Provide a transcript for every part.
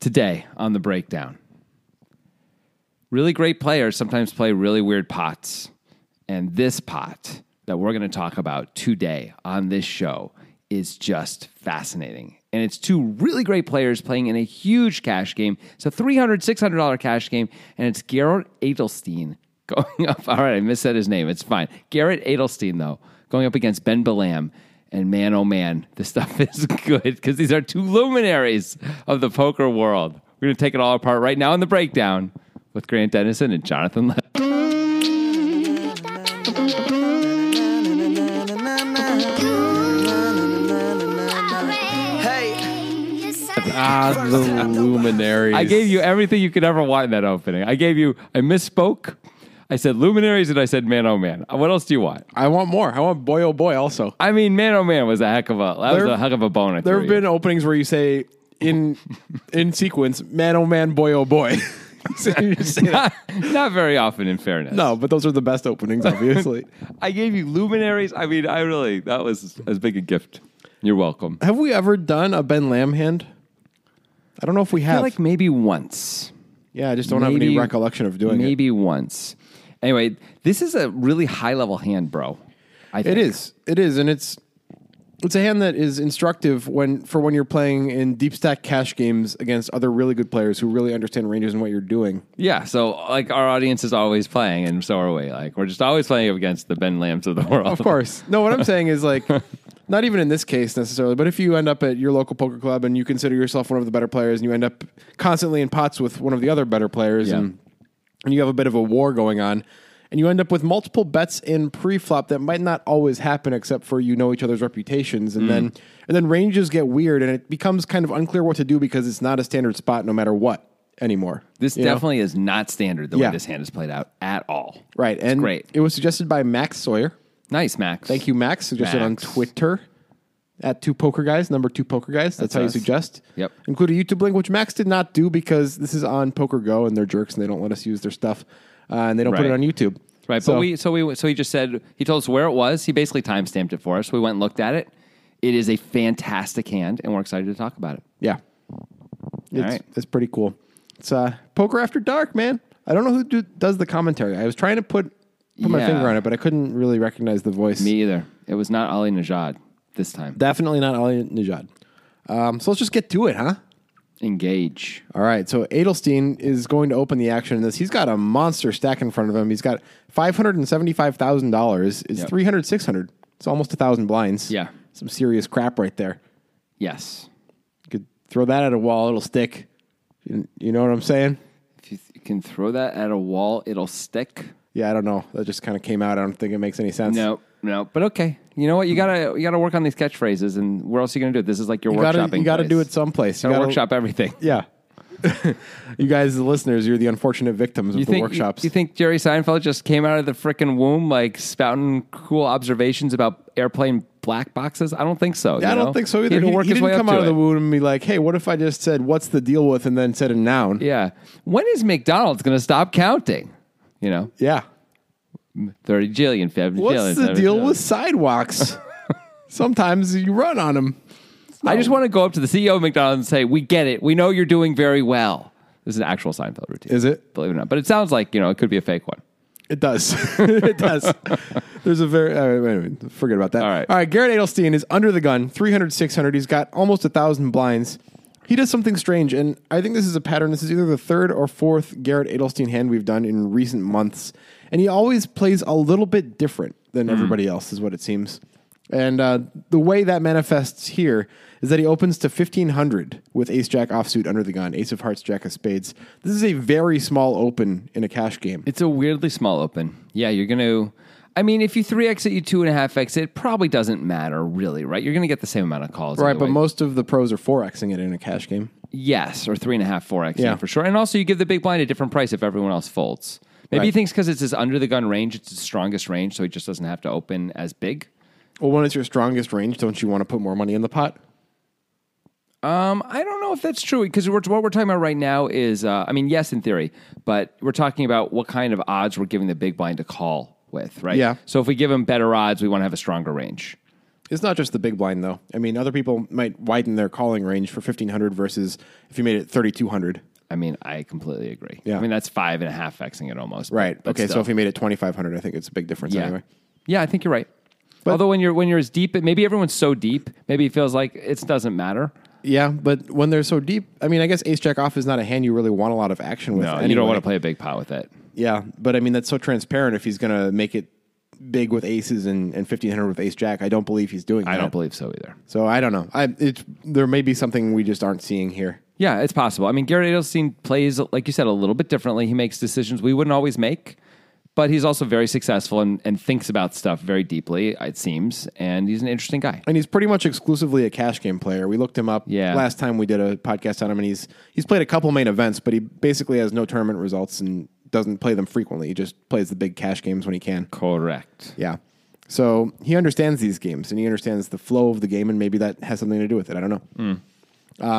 today on the breakdown. Really great players sometimes play really weird pots. And this pot that we're going to talk about today on this show is just fascinating. And it's two really great players playing in a huge cash game. It's a $300, $600 cash game. And it's Garrett Adelstein going up. All right, I missaid his name. It's fine. Garrett Adelstein, though, going up against Ben Balam. And man, oh man, this stuff is good because these are two luminaries of the poker world. We're going to take it all apart right now in the breakdown with Grant Dennison and Jonathan Left. Ah, the luminaries. I gave you everything you could ever want in that opening. I gave you, I misspoke. I said luminaries and I said man, oh man. What else do you want? I want more. I want boy, oh boy, also. I mean, man, oh man was a heck of a that was There- a heck of a bonus. There have been openings where you say in in sequence, man, oh man, boy, oh boy. So you just say that. not, not very often, in fairness. No, but those are the best openings, obviously. I gave you luminaries. I mean, I really that was as big a gift. You're welcome. have we ever done a Ben Lamb hand? I don't know if we I have. feel like maybe once. yeah, I just don't have any Maybe- recollection of doing maybe once. Anyway, this is a really high level hand, bro. I it. It think. is. It is, and it's it's a hand that is instructive when for when you're playing in deep stack cash games against other really good players who really understand ranges and what you're doing. Yeah. So like our audience is always playing, and so are we. Like we're just always playing against the Ben Lambs of the world. Of course. No, what I'm saying is like not even in this case necessarily, but if you end up at your local poker club and you consider yourself one of the better players and you end up constantly in pots with one of the other better players Yeah. and and you have a bit of a war going on and you end up with multiple bets in pre-flop that might not always happen except for you know each other's reputations Mm. and then and then ranges get weird and it becomes kind of unclear what to do because it's not a standard spot no matter what anymore. This you know? definitely is not standard the Yeah. way this hand is played out at all. right It's and great. it was suggested by Max Sawyer. Nice, Max. Thank you, Max. Suggested Max. on Twitter at two poker guys, number two poker guys. That's, That's how us. you suggest. Yep. Include a YouTube link, which Max did not do because this is on Poker Go and they're jerks and they don't let us use their stuff uh, and they don't put it Right. on YouTube. Right, So- but we so we so he just said he told us where it was. He basically time stamped it for us. We went and looked at it. It is a fantastic hand, and we're excited to talk about it. yeah, it's right. it's pretty cool. It's uh, Poker After Dark, man. I don't know who do, does the commentary. I was trying to put put my Yeah. finger on it, but I couldn't really recognize the voice. Me either. It was not Ali Najad this time. Definitely not Ali Najad. Um, so let's just get to it, huh? Engage. All right, so Adelstein is going to open the action in this. He's got a monster stack in front of him. He's got five hundred and seventy-five thousand dollars. It's Yep. three hundred, six hundred. It's almost a thousand blinds. Yeah. some serious crap right there. Yes. You could throw that at a wall; it'll stick. You, you know what I'm saying? If you th- can throw that at a wall, it'll stick. Yeah, I don't know. That just kind of came out. I don't think it makes any sense. No, no. But okay. You know what? You gotta you gotta work on these catchphrases, and where else are you gonna do it? This is like your you workshopping. gotta you gotta place. do it someplace. You Gotta gotta workshop everything. Yeah, you guys, the listeners, you're the unfortunate victims of You the think workshops. You, think Jerry Seinfeld just came out of the frickin' womb like spouting cool observations about airplane black boxes? I don't think so. Yeah, I you don't know? think so He either. had to He, work he his didn't way up come to out of it. the womb and be like, "Hey, what if I just said what's the deal with?" and then said a noun. Yeah. When is McDonald's going to stop counting? You know, Yeah. thirty jillion, fifty jillion. What's the 70 deal jillion. with sidewalks? Sometimes you run on them. I just want to go up to the CEO of McDonald's and say, "We get it. We know you're doing very well." This is an actual Seinfeld routine. Is it? Believe it or not, but it sounds like you know it could be a fake one. It does. it does. There's a very. Uh, wait, wait, wait, forget about that. All right. All right. Garrett Adelstein is under the gun. 300, 600. He's got almost a thousand blinds. He does something strange, and I think this is a pattern. This is either the third or fourth Garrett Adelstein hand we've done in recent months, and he always plays a little bit different Mm-hmm. than everybody else, is what it seems. And uh, the way that manifests here is that he opens to 1500 with ace jack offsuit under the gun, ace of hearts, jack of spades. This is a very small open in a cash game. It's a weirdly small open. Yeah, you're going to. I mean, if you 3x it, you 2.5x it, it probably doesn't matter, really, right? You're going to get the same amount of calls. Right, but anyway. most of the pros are forexing it in a cash game. Yes, or 3.5, 4x Yeah. yeah. for sure. And also, you give the big blind a different price if everyone else folds. Maybe he Right. thinks because it's his under the gun range, it's his strongest range, so he just doesn't have to open as big. Well, when it's your strongest range, don't you want to put more money in the pot? Um, I don't know if that's true because we're, what we're talking about right now is, uh, I mean, yes, in theory, but we're talking about what kind of odds we're giving the big blind to call with, right? Yeah. So if we give him better odds, we want to have a stronger range. It's not just the big blind though. I mean, other people might widen their calling range for 1500 versus if you made it 3200. I mean, I completely agree. Yeah. I mean, that's five and a half Xing it almost. Right. but okay. So still. if you made it 2500, I think it's a big difference yeah. anyway. Yeah, I think you're right. Although when you're when you're as deep, maybe everyone's so deep, maybe it feels like it doesn't matter. Yeah, but when they're so deep, I mean, I guess ace jack off is not a hand you really want a lot of action with. No, anyway. you don't want to play a big pot with it. Yeah, but I mean that's so transparent. If he's gonna make it big with aces and, and fifteen hundred with ace jack, I don't believe he's doing. I that. don't believe so either. So I don't know. I it's there may be something we just aren't seeing here. Yeah, it's possible. I mean, Garrett Adelstein plays, like you said, a little bit differently. He makes decisions we wouldn't always make, but he's also very successful and, and thinks about stuff very deeply, it seems. And he's an interesting guy. And he's pretty much exclusively a cash game player. We looked him up Yeah. last time we did a podcast on him, and he's he's played a couple main events, but he basically has no tournament results and doesn't play them frequently. He just plays the big cash games when he can. Correct. Yeah. So he understands these games and he understands the flow of the game, and maybe that has something to do with it. I don't know. Um,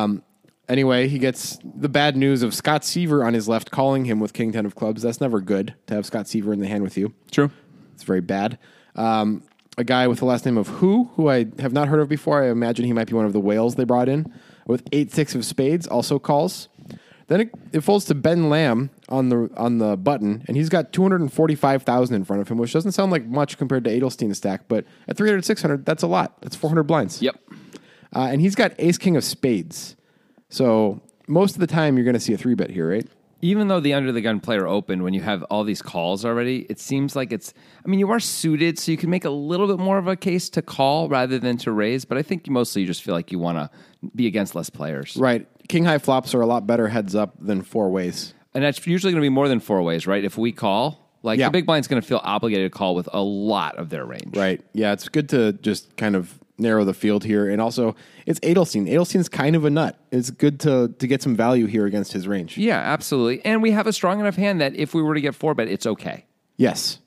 anyway, he gets the bad news of Scott Seaver on his left calling him with King 10 of clubs. That's never good to have Scott Seaver in the hand with you. True. It's very bad. Um, a guy with the last name of Who, who I have not heard of before. I imagine he might be one of the whales they brought in. With eight six of spades, also calls. Then it, it folds to Ben Lamb on the on the button, and he's got two hundred and forty five thousand in front of him, which doesn't sound like much compared to Adelstein's stack, but at 300, 600, that's a lot. That's four hundred blinds. Yep. Uh, and he's got Ace King of spades, so most of the time you're going to see a three bet here, right? Even though the under the gun player opened, when you have all these calls already, it seems like it's, I mean, you are suited, so you can make a little bit more of a case to call rather than to raise. But I think mostly you just feel like you want to be against less players. Right. King high flops are a lot better heads up than four ways. And that's usually going to be more than four ways, right? If we call, like Yeah. the big blind's going to feel obligated to call with a lot of their range. Right. Yeah, it's good to just kind of narrow the field here. And also, it's Adelstein. Adelstein's kind of a nut. It's good to, to get some value here against his range. Yeah, absolutely. And we have a strong enough hand that if we were to get four bet, it's okay. Yes.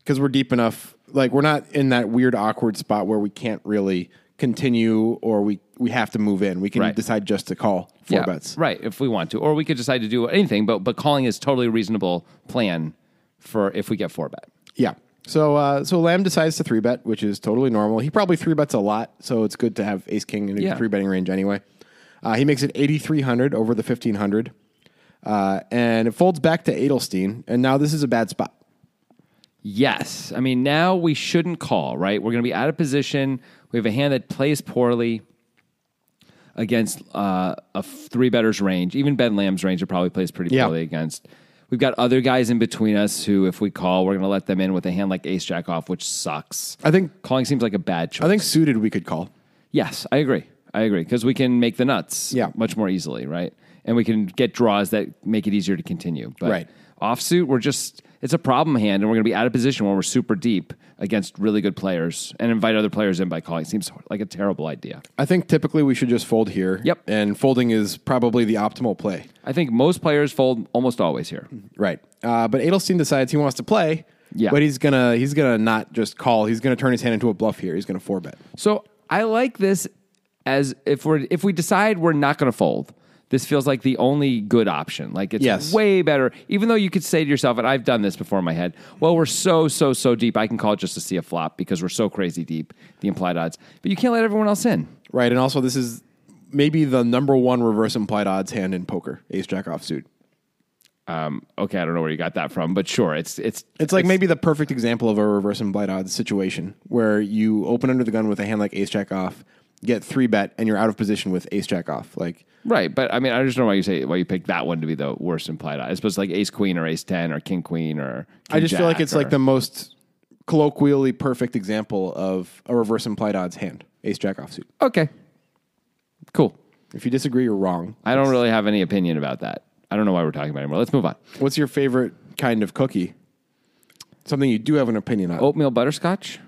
Because we're deep enough. Like, we're not in that weird, awkward spot where we can't really continue or we, we have to move in. We can Right. decide just to call four yeah, bets. Right, if we want to. Or we could decide to do anything, but but calling is totally a reasonable plan for if we get four bet. Yeah. So uh, so Lamb decides to three bet, which is totally normal. He probably three bets a lot, so it's good to have Ace King in a Yeah. three betting range anyway. Uh, he makes it eighty three hundred over the fifteen hundred, uh, and it folds back to Adelstein. And now this is a bad spot. Yes. I mean, now we shouldn't call, right? We're going to be out of position. We have a hand that plays poorly against uh, a three betters range. Even Ben Lamb's range, it probably plays pretty Yeah. poorly against. We've got other guys in between us who, if we call, we're going to let them in with a hand like ace jack off, which sucks. I think Calling seems like a bad choice. I think suited we could call. Yes, I agree. I agree because we can make the nuts Yeah. much more easily, right? And we can get draws that make it easier to continue. But Right. offsuit, we're just it's a problem hand, and we're going to be out of position when we're super deep against really good players and invite other players in by calling. Seems like a terrible idea. I think typically we should just fold here. Yep. And folding is probably the optimal play. I think most players fold almost always here. Right. Uh, but Adelstein decides he wants to play. Yeah. But he's gonna he's gonna not just call. He's gonna turn his hand into a bluff here. He's gonna four bet. So I like this as if we're if we decide we're not going to fold. This feels like the only good option. Like it's Yes. way better. Even though you could say to yourself, and I've done this before in my head, well, we're so, so, so deep. I can call it just to see a flop because we're so crazy deep, the implied odds. But you can't let everyone else in. Right, and also this is maybe the number one reverse implied odds hand in poker, ace jack offsuit. Okay, I don't know where you got that from, but sure, it's it's It's like maybe the perfect example of a reverse implied odds situation where you open under the gun with a hand like ace jack off, get three bet, and you're out of position with ace jack off. Like right. But I mean, I just don't know why you say why you picked that one to be the worst implied odds. I suppose like ace queen or ace ten or king queen or I just feel like King-jack it's like or- the most colloquially perfect example of a reverse implied odds hand, ace jack offsuit. okay, cool. If you disagree, you're wrong. I don't really have any opinion about that. I don't know why we're talking about it anymore. Let's move on. What's your favorite kind of cookie? Something you do have an opinion on. Oatmeal butterscotch?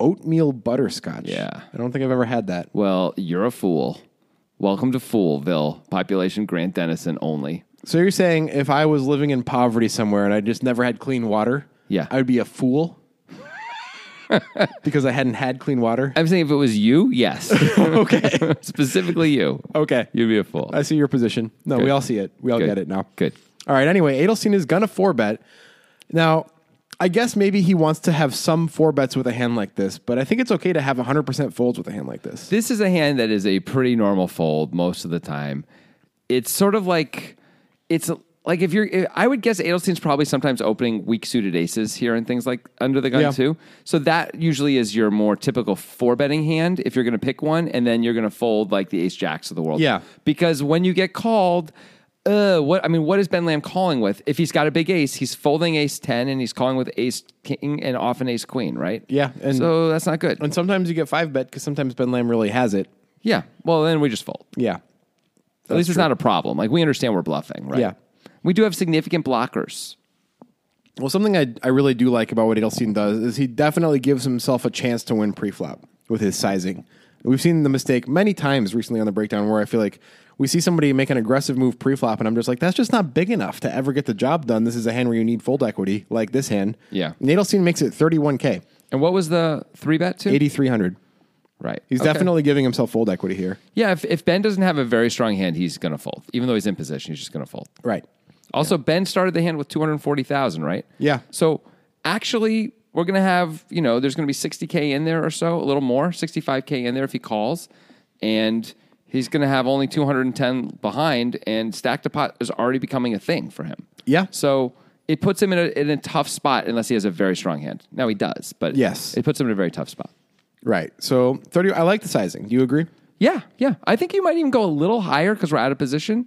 Oatmeal butterscotch. Yeah. I don't think I've ever had that. Well, you're a fool. Welcome to Foolville, population Grant Dennison only. So you're saying if I was living in poverty somewhere and I just never had clean water, Yeah. I would be a fool because I hadn't had clean water. I'm saying if it was you, yes. okay, Specifically you. okay, You'd be a fool. I see your position. No, we all see it. We all Good. get it now. Good. All right. Anyway, Adelstein is gonna four bet. Now, I guess maybe he wants to have some four bets with a hand like this, but I think it's okay to have 100% folds with a hand like this. This is a hand that is a pretty normal fold most of the time. It's sort of like it's like if you're I would guess Adelstein's probably sometimes opening weak suited aces here and things like under the gun Yeah. too. So that usually is your more typical four betting hand if you're going to pick one and then you're going to fold like the ace jacks of the world. Yeah. Because when you get called uh, what I mean, what is Ben Lamb calling with? If he's got a big ace, he's folding ace ten, and he's calling with ace king and often ace queen, right? Yeah, and- so that's not good. And sometimes you get five bet because sometimes Ben Lamb really has it. Yeah. Well, then we just fold. Yeah. At least it's not a problem. Like we understand we're bluffing, right? Yeah. We do have significant blockers. Well, something I, I really do like about what Adelstein does is he definitely gives himself a chance to win pre-flop with his sizing. We've seen the mistake many times recently on the breakdown where I feel like we see somebody make an aggressive move pre-flop, and I'm just like, that's just not big enough to ever get the job done. This is a hand where you need fold equity, like this hand. Yeah. And Adelstein makes it 31K, And what was the three bet to? 8,300. Right. He's Okay. definitely giving himself fold equity here. Yeah. If, if Ben doesn't have a very strong hand, he's going to fold. Even though he's in position, he's just going to fold. Right. Also, Ben started the hand with 240,000, right? Yeah. So actually, we're going to have, you know, there's going to be 60K in there or so, a little more, 65K in there if he calls. And he's going to have only 210 behind, and stack to pot is already becoming a thing for him. Yeah. So it puts him in a, in a tough spot unless he has a very strong hand. Now he does, but Yes. it puts him in a very tough spot. Right. So 30, I like the sizing. Do you agree? Yeah, yeah. I think you might even go a little higher because we're out of position.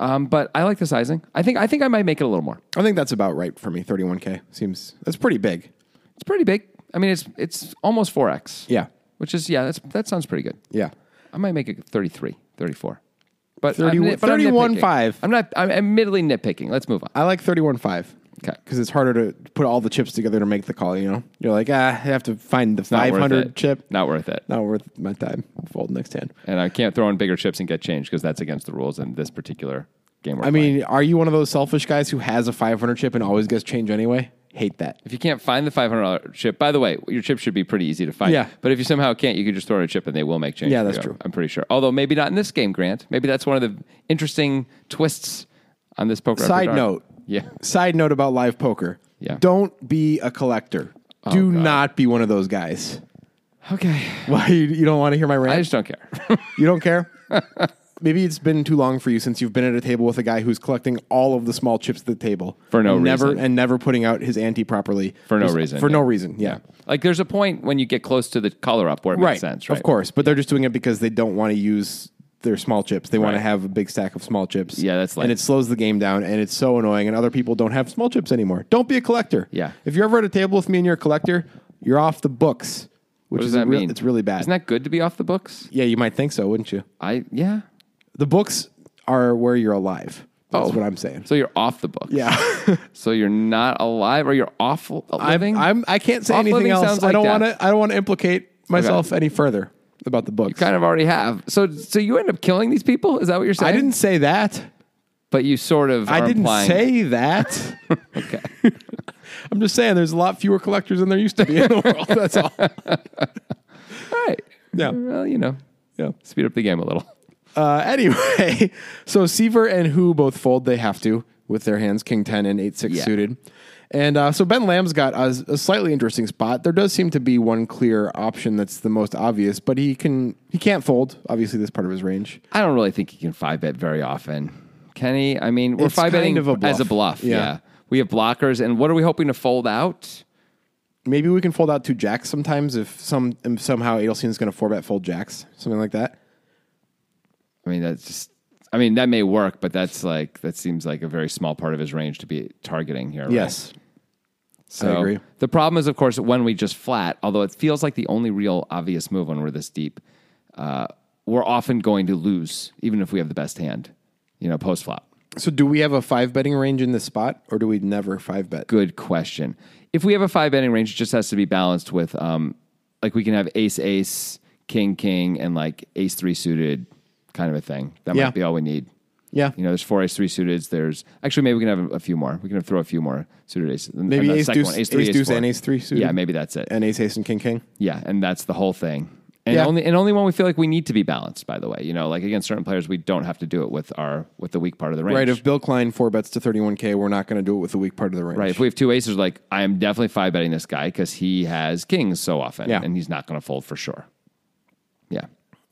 Um, but I like the sizing. I think I think I might make it a little more. I think that's about right for me. 31K seems, that's pretty big. It's pretty big. I mean, it's it's almost 4x. Yeah. Which is yeah, that's that sounds pretty good. Yeah. I might make it 33, 34. But 31 I'm, nit- but I'm 31, nitpicking. five. I'm not I'm admittedly nitpicking. Let's move on. I like 31.5. Okay. Because it's harder to put all the chips together to make the call, you know? You're like, ah, I have to find the Not worth 500 it. chip. Not worth it. Not worth my time. Fold next hand. And I can't throw in bigger chips and get changed because that's against the rules in this particular game we're I playing. mean, are you one of those selfish guys who has a 500 chip and always gets change anyway? Hate that. If you can't find the five hundred dollar chip, by the way, your chip should be pretty easy to find. Yeah. But if you somehow can't, you could just throw in a chip and they will make change. Yeah, for that's you. true. I'm pretty sure. Although maybe not in this game, Grant. Maybe that's one of the interesting twists on this poker. After Side Dark. note. Yeah. Side note about live poker. Yeah. Oh, Don't be a collector. Do God. not be one of those guys. Okay. Why you, you don't want to hear my rant? I just don't care. You don't care? Maybe it's been too long for you since you've been at a table with a guy who's collecting all of the small chips at the table For no And never, reason. and never putting out his ante properly For no Just- reason, For no yeah. reason, yeah, like there's a point when you get close to the color up where it right, makes sense, right? Of course, but they're just doing it because they don't want to use their small chips. They want to Right. have a big stack of small chips. Yeah, that's and lame. it slows the game down, and it's so annoying. And other people don't have small chips anymore. Don't be a collector. Yeah. if you're ever at a table with me and you're a collector, you're off the books. What Which is does that real- mean? It's really bad. Isn't that good to be off the books? yeah, you might think so, wouldn't you? I yeah. The books are where you're alive. That's Oh. what I'm saying. So you're off the books. Yeah, So you're not alive or you're off living. I'm, I'm. I can't say Off anything living else. sounds I like don't death. want to. I don't want to implicate myself any further about the books. kind of already have. So so you end up killing these people? Is that what you're saying? I didn't say that. but you sort of I are didn't implying- say that. Okay. I'm just saying there's a lot fewer collectors than there used to be in the world. That's all. All right. Yeah. Well, you know, Yeah. speed up the game a little. Uh, anyway, so Seaver and Who both fold. They have to with their hands, King Ten and Eight Six Yeah. suited. And uh, so Ben Lamb's got a, a slightly interesting spot. There does seem to be one clear option that's the most obvious, but he can he can't fold. Obviously, this part of his range. I don't really think you can five bet very often. Kenny, I mean, we're It's five betting kind of a as a bluff. bluff. Yeah. Yeah. We have blockers, and what are we hoping to fold out? Maybe we can fold out two jacks sometimes if some if somehow Adelstein's going to four bet fold jacks, something like that. I mean, that's just. I mean, that may work, but that's like that seems like a very small part of his range to be targeting here. right? Yes, so I agree. the problem is, of course, when we just flat. Although it feels like the only real obvious move when we're this deep, uh, we're often going to lose, even if we have the best hand. You know, post flop. So do we have a five betting range in this spot, or do we never five bet? good question. If we have a five betting range, it just has to be balanced with um, like we can have ace ace, king king, and like ace three suited kind of a thing. That Yeah. might be all we need. Yeah, You know, there's four ace three suiteds. There's actually maybe we can have a few more. We can throw a few more suited aces. And- Maybe and that ace second deuce- ace deuce four. and ace three suited? Yeah, maybe that's it. and Ace Ace and King King. yeah, and that's the whole thing. And Yeah. only and only when we feel like we need to be balanced, by the way. You know, like against certain players, we don't have to do it with our with the weak part of the range. Right. If Bill Klein four bets to 31K, we're not going to do it with the weak part of the range. Right. If we have two aces, like I am definitely five betting this guy because he has kings so often, Yeah. and he's not going to fold for sure. Yeah,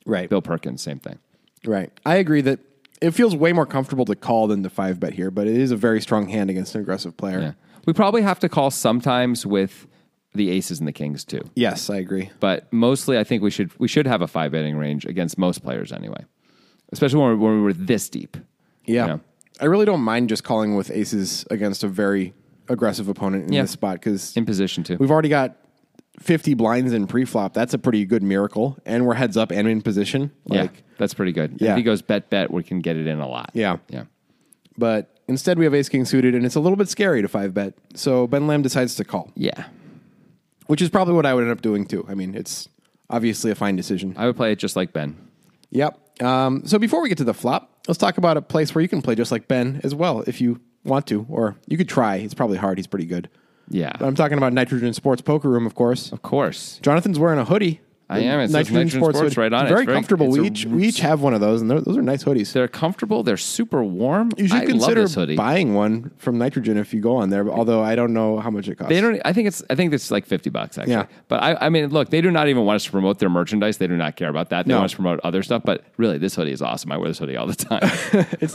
Right. Bill Perkins, same thing. Right. I agree that it feels way more comfortable to call than to five bet here, but it is a very strong hand against an aggressive player. Yeah, we probably have to call sometimes with the aces and the kings too, Yes, I agree. but mostly I think we should we should have a five betting range against most players anyway, especially when, we're, when we were this deep. Yeah. Yeah. I really don't mind just calling with aces against a very aggressive opponent in Yeah. this spot because in position too. we've already got 50 blinds in pre-flop. That's a pretty good miracle. And we're heads up and in position. Like, yeah, that's pretty good. Yeah. If he goes bet bet, we can get it in a lot. Yeah. yeah. But instead we have ace king suited and it's a little bit scary to five bet. So Ben Lamb decides to call, Yeah. which is probably what I would end up doing too. I mean, it's obviously a fine decision. I would play it just like Ben. Yep. Um, so before we get to the flop, let's talk about a place where you can play just like Ben as well if you want to, or you could try. It's probably hard. He's pretty good. Yeah. But I'm talking about Nitrogen Sports Poker Room, of course. Of course. Jonathan's wearing a hoodie. I am. It says Nitrogen Sports hoodie. right on it. Very It's very- comfortable. it's we a- each we each have one of those, and they're- those are nice hoodies. They're comfortable. They're super warm. you should I love consider this hoodie. buying one from Nitrogen if you go on there. Although I don't know how much it costs. they don't. e, I think it's. I think it's like fifty bucks actually. Yeah. But I, I mean, look, they do not even want us to promote their merchandise. They do not care about that. They No. want us to promote other stuff. But really, this hoodie is awesome. I wear this hoodie all the time. it's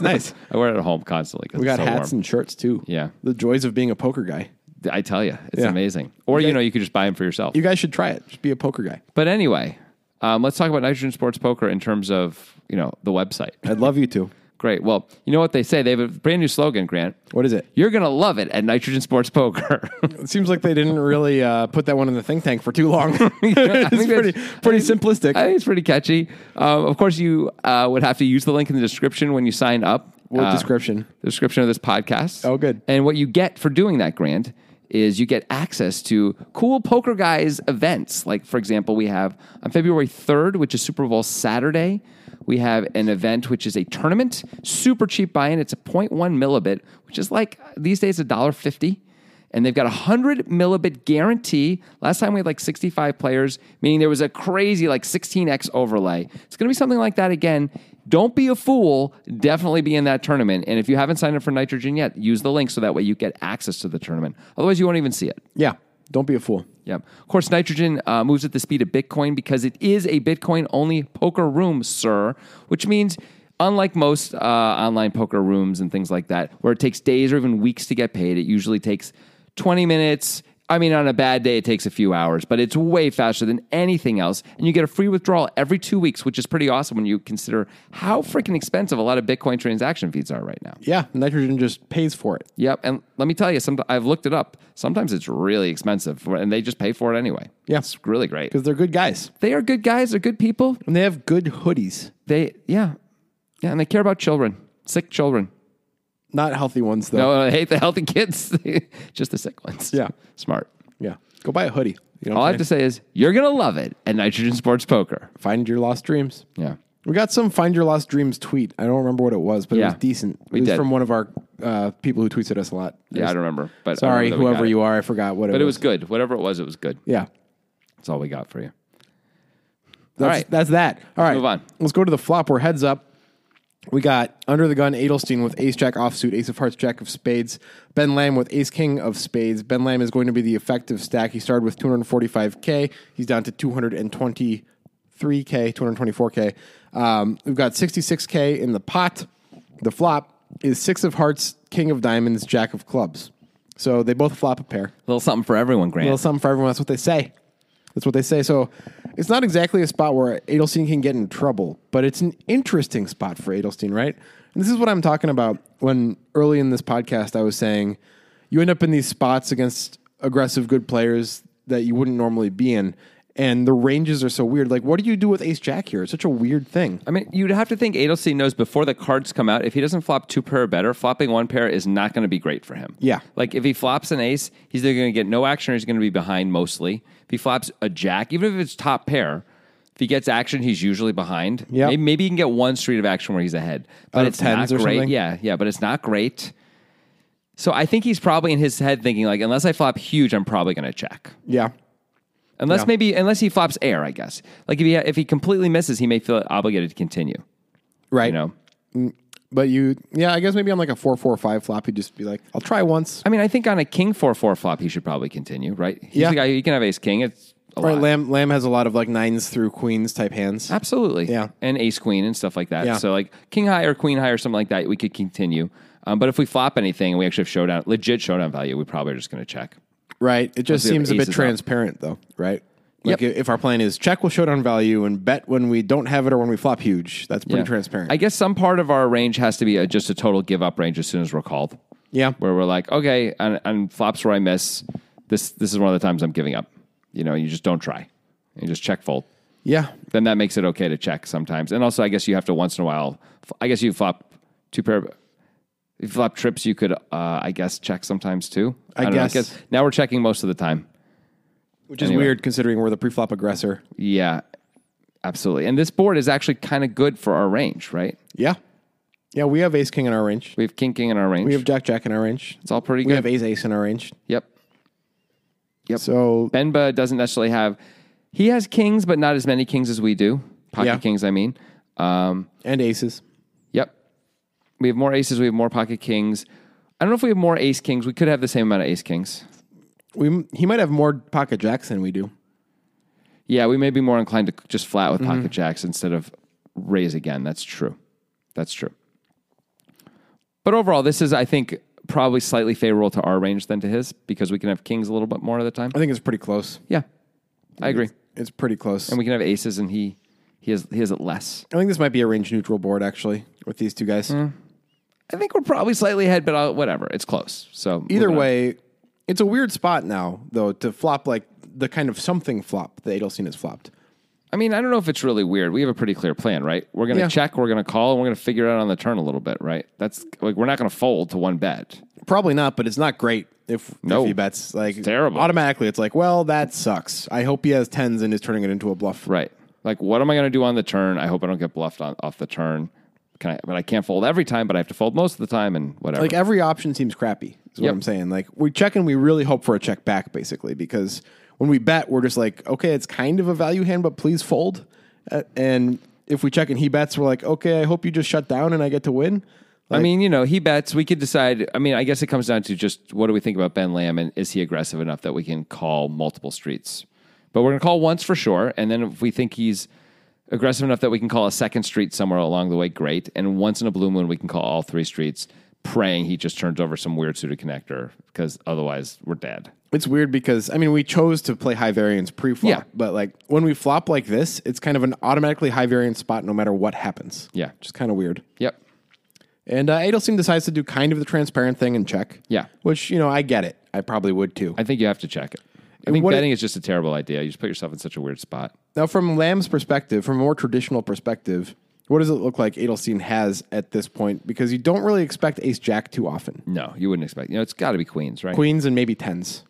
nice. I wear it at home constantly. 'cause We got it's so hats warm. and shirts too. Yeah. The joys of being a poker guy. I tell you, it's Yeah. amazing. Or you know, you could just buy them for yourself. You guys should try it. Just be a poker guy. but anyway, um, let's talk about nitrogen sports poker in terms of you know the website. I'd love you to. Great. Well, you know what they say. They have a brand new slogan, Grant. What is it? You're gonna love it at Nitrogen Sports Poker. It seems like they didn't really uh, put that one in the think tank for too long. I it's think pretty, that's- pretty simplistic. I think it's pretty catchy. Um, of course, you uh, would have to use the link in the description when you sign up. What Uh, description? The description of this podcast. Oh, good. And what you get for doing that, Grant, is you get access to cool Poker Guys events. Like, for example, we have on February 3rd, which is Super Bowl Saturday, we have an event which is a tournament, super cheap buy in. It's a 0.1 millibit, which is like these days $1.50 and they've got a 100 millibit guarantee. Last time we had like 65 players, meaning there was a crazy like 16x overlay. It's going to be something like that again. Don't be a fool. Definitely be in that tournament. And if you haven't signed up for Nitrogen yet, use the link so that way you get access to the tournament. Otherwise, you won't even see it. yeah, don't be a fool. Yep. Of course, nitrogen uh, moves at the speed of Bitcoin because it is a Bitcoin only poker room, sir, which means. Unlike most uh, online poker rooms and things like that, where it takes days or even weeks to get paid, it usually takes 20 minutes. I mean, on a bad day, it takes a few hours, but it's way faster than anything else. And you get a free withdrawal every two weeks, which is pretty awesome when you consider how freaking expensive a lot of Bitcoin transaction fees are right now. Yeah, nitrogen just pays for it. Yep. And let me tell you, some, I've looked it up. Sometimes it's really expensive and they just pay for it anyway. Yeah. It's really great. Because they're good guys. They are good guys. They're good people. And they have good hoodies, They, yeah. Yeah. And they care about children, sick children. not healthy ones, though. No, I hate the healthy kids, just the sick ones. Yeah. Smart. Yeah, go buy a hoodie. You know, All I what I'm have to say is you're going to love it at Nitrogen Sports Poker. saying? find your lost dreams. Yeah. We got some Find Your Lost Dreams tweet. I don't remember what it was, but Yeah. it was decent. It We was did. from one of our uh, people who tweets at us a lot. Yeah. I don't remember. But I Sorry, remember that we got whoever it. you are, I forgot what it But was. it was good. Whatever it was, it was good. Yeah. That's all we got for you. That's, right. That's that. All right. move on. Let's go to the flop. We're heads up. We got under the gun Adelstein with ace jack offsuit, ace of hearts, jack of spades. Ben Lamb with ace king of spades. Ben Lamb is going to be the effective stack. He started with 245K. He's down to 223K, 224K. Um, we've got 66K in the pot. The flop is six of hearts, king of diamonds, jack of clubs. So they both flop a pair A little something for everyone, Grant. little something for everyone. That's what they say. That's what they say. So it's not exactly a spot where Adelstein can get in trouble, but it's an interesting spot for Adelstein, right? And this is what I'm talking about when early in this podcast I was saying you end up in these spots against aggressive good players that you wouldn't normally be in. And the ranges are so weird. Like, what do you do with Ace Jack here? It's such a weird thing. I mean, you'd have to think Adelstein knows before the cards come out. If he doesn't flop two pair or better, flopping one pair is not going to be great for him. Yeah. Like if he flops an ace, he's either going to get no action or he's going to be behind mostly. If he flops a jack, even if it's top pair, if he gets action, he's usually behind. Yep. Maybe, maybe he can get one street of action where he's ahead, but Out of it's not 10s or great. something? Yeah, yeah, but it's not great. So I think he's probably in his head thinking like, unless I flop huge, I'm probably going to check. Yeah. Unless Yeah. maybe unless he flops air, I guess. Like if he if he completely misses, he may feel obligated to continue. right? You know. But you, yeah, I guess maybe on like a four four five flop, you'd just be like, I'll try once. I mean, I think on a king four four flop, he should probably continue, right? He's Yeah. the guy, you can have ace king. It's a Right, lot. Lamb Lamb has a lot of like nines through queens type hands. Absolutely. Yeah. And ace queen and stuff like that. Yeah. So like king high or queen high or something like that, we could continue. Um, but if we flop anything and we actually have showdown, legit showdown value, we probably are just going to check. Right. It Unless just we have seems a bit aces up. transparent, though, right? Like Yep. i- if our plan is check will showdown value and bet when we don't have it or when we flop huge, that's pretty Yeah. transparent. I guess some part of our range has to be a, just a total give up range as soon as we're called. yeah. Where we're like, okay, on, on flops where I miss, this this is one of the times I'm giving up. You know, you just don't try. You just check fold. Yeah. Then that makes it okay to check sometimes. And also, I guess you have to once in a while. I guess you flop two pair. If you flop trips, you could, uh, I guess, check sometimes too. I don't know. guess. now we're checking most of the time. Which is Anyway. weird considering we're the preflop aggressor. Yeah, absolutely. And this board is actually kind of good for our range, right? Yeah. Yeah. We have ace king in our range. We have king king in our range. We have jack jack in our range. it's all pretty We good. have ace ace in our range. Yep. Yep. So Benba doesn't necessarily have. He has kings, but not as many kings as we do. Pocket Yeah. kings, I mean. Um, and aces. yep. We have more aces. We have more pocket kings. I don't know if we have more ace kings. We could have the same amount of ace kings. We m- he might have more pocket jacks than we do. Yeah, we may be more inclined to just flat with Mm-hmm. pocket jacks instead of raise again. That's true. That's true. But overall, this is, I think, probably slightly favorable to our range than to his because we can have kings a little bit more of the time. I think it's pretty close. Yeah, I agree. It's pretty close. And we can have aces, and he he has he has it less. I think this might be a range neutral board actually with these two guys. I think we're probably slightly ahead, but i whatever. It's close. So Either moving on. way, it's a weird spot now, though, to flop like the kind of something flop that Adelstein has flopped. I mean, I don't know if it's really weird. We have a pretty clear plan, right? We're going to Yeah. check, we're going to call, and we're going to figure it out on the turn a little bit, right? That's like we're not going to fold to one bet. Probably not, but it's not great if, No. if he bets. Like terrible. Automatically, it's like, well, that sucks. I hope he has tens and is turning it into a bluff. Right. Like, what am I going to do on the turn? I hope I don't get bluffed on, off the turn. Can I, but I can't fold every time, but I have to fold most of the time and whatever. Like every option seems crappy. Is what Yep. I'm saying. Like we check and we really hope for a check back, basically, because when we bet, we're just like, okay, it's kind of a value hand, but please fold. Uh, and if we check and he bets, we're like, okay, I hope you just shut down and I get to win. I mean, you know, he bets. We could decide. I mean, I guess it comes down to just what do we think about Ben Lamb and is he aggressive enough that we can call multiple streets? But we're going to call once for sure. And then if we think he's aggressive enough that we can call a second street somewhere along the way, great. And once in a blue moon, we can call all three streets, praying he just turns over some weird pseudo connector because otherwise we're dead. It's weird because I mean we chose to play high variance pre-flop, Yeah. but like when we flop like this, it's kind of an automatically high variance spot no matter what happens. Yeah. just kind of weird. Yep. And uh, Adelstein decides to do kind of the transparent thing and check. Yeah. which you know I get it. I probably would too. I think you have to check it. I think what- betting is just a terrible idea. You just put yourself in such a weird spot. Now, from Lamb's perspective, from a more traditional perspective, what does it look like Adelstein has at this point? Because you don't really expect Ace Jack too often. No, you wouldn't expect. You know, it's got to be queens, right? Queens and maybe tens.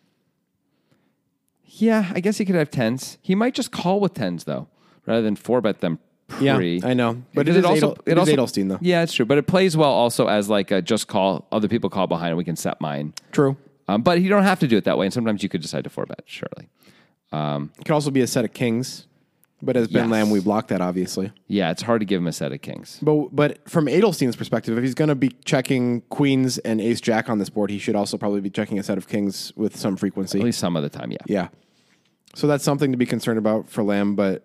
Yeah, I guess he could have tens. He might just call with tens though, rather than four bet them pre. I know. But Because it is Adel- it is Adelstein, though. Yeah, it's true. But it plays well also as like a just call. Other people call behind, and we can set mine. True. Um, but you don't have to do it that way. And sometimes you could decide to four bet. Surely. It could also be a set of kings. But as Ben Yes. Lamb, we block that, obviously. Yeah, it's hard to give him a set of kings. But but from Adelstein's perspective, if he's going to be checking queens and Ace Jack on this board, he should also probably be checking a set of kings with some frequency. At least some of the time. Yeah. Yeah. So that's something to be concerned about for Lamb, but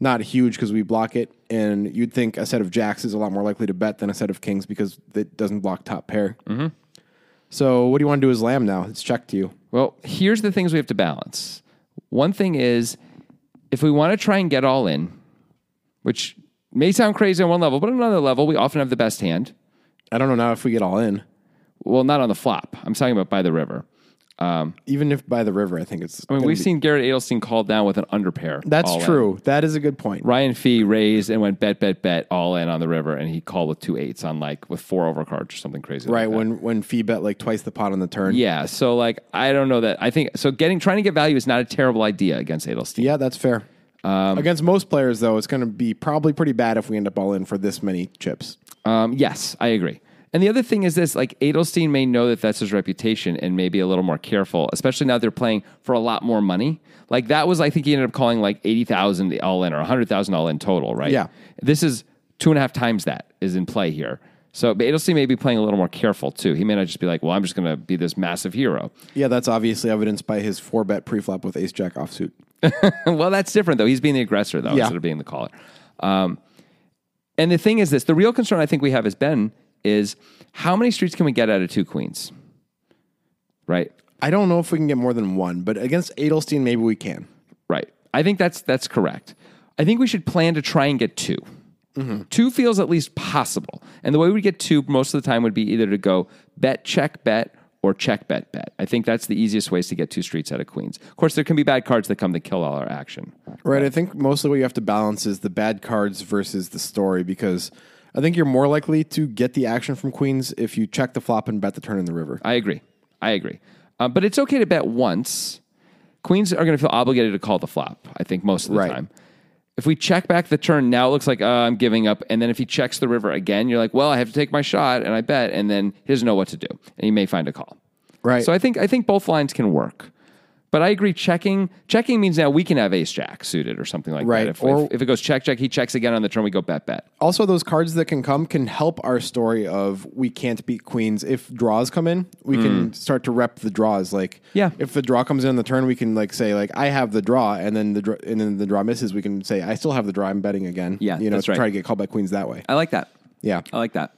not huge because we block it. And you'd think a set of jacks is a lot more likely to bet than a set of kings because it doesn't block top pair. Mm-hmm. So what do you want to do as Lamb now? It's check to you. Well, here's the things we have to balance. One thing is if we want to try and get all in, which may sound crazy on one level, but on another level, we often have the best hand. I don't know now if we get all in. Well, not on the flop. I'm talking about by the river. Even if by the river, I think it's. I mean, we've seen Garrett Adelstein called down with an underpair. That's all in. true. That is a good point. Ryan Fee raised and went bet, bet, bet all in on the river, and he called with two eights on like with four overcards or something crazy. Right Like that. when when Fee bet like twice the pot on the turn. Yeah. So like, I don't know that. I think so. Getting trying to get value is not a terrible idea against Adelstein. Yeah, that's fair. Against most players, though, it's going to be probably pretty bad if we end up all in for this many chips. Um, yes, I agree. And the other thing is this like Adelstein may know that that's his reputation and may be a little more careful, especially now they're playing for a lot more money. Like that was, I think he ended up calling like 80,000 all in or 100,000 all in total, right? Yeah. This is two and a half times that is in play here. So but Adelstein may be playing a little more careful too. He may not just be like, well, I'm just going to be this massive hero. Yeah, that's obviously evidenced by his four bet preflop with ace jack offsuit. well, that's different though. He's being the aggressor though Yeah. instead of being the caller. Um, and the thing is this: the real concern I think we have as Ben is how many streets can we get out of two queens, right? I don't know if we can get more than one, but against Adelstein, maybe we can. Right. I think that's that's correct. I think we should plan to try and get 2 Two feels at least possible. And the way we get two most of the time would be either to go bet, check, bet, or check, bet, bet. I think that's the easiest ways to get two streets out of queens. Of course, there can be bad cards that come to kill all our action. Right. I think mostly what you have to balance is the bad cards versus the story because I think you're more likely to get the action from queens if you check the flop and bet the turn in the river. I agree. I agree. Um, but it's okay to bet once. Queens are going to feel obligated to call the flop, I think, most of the Right. time. If we check back the turn, now it looks like uh, I'm giving up. And then if he checks the river again, you're like, well, I have to take my shot and I bet. And then he doesn't know what to do. And he may find a call. Right. So I think, I think both lines can work. But I agree. Checking checking means now we can have ace jack suited or something like Right. that. If, Or- if, if it goes check check, he checks again on the turn. We go bet bet. Also, those cards that can come can help our story of we can't beat queens. If draws come in, we can start to rep the draws. Like, Mm. Yeah. if the draw comes in on the turn, we can like say like I have the draw, and then the dr- and then the draw misses, we can say I still have the draw. I'm betting again. Yeah, you know, that's to right. Oh. try to get called by queens that way. I like that. Yeah, I like that.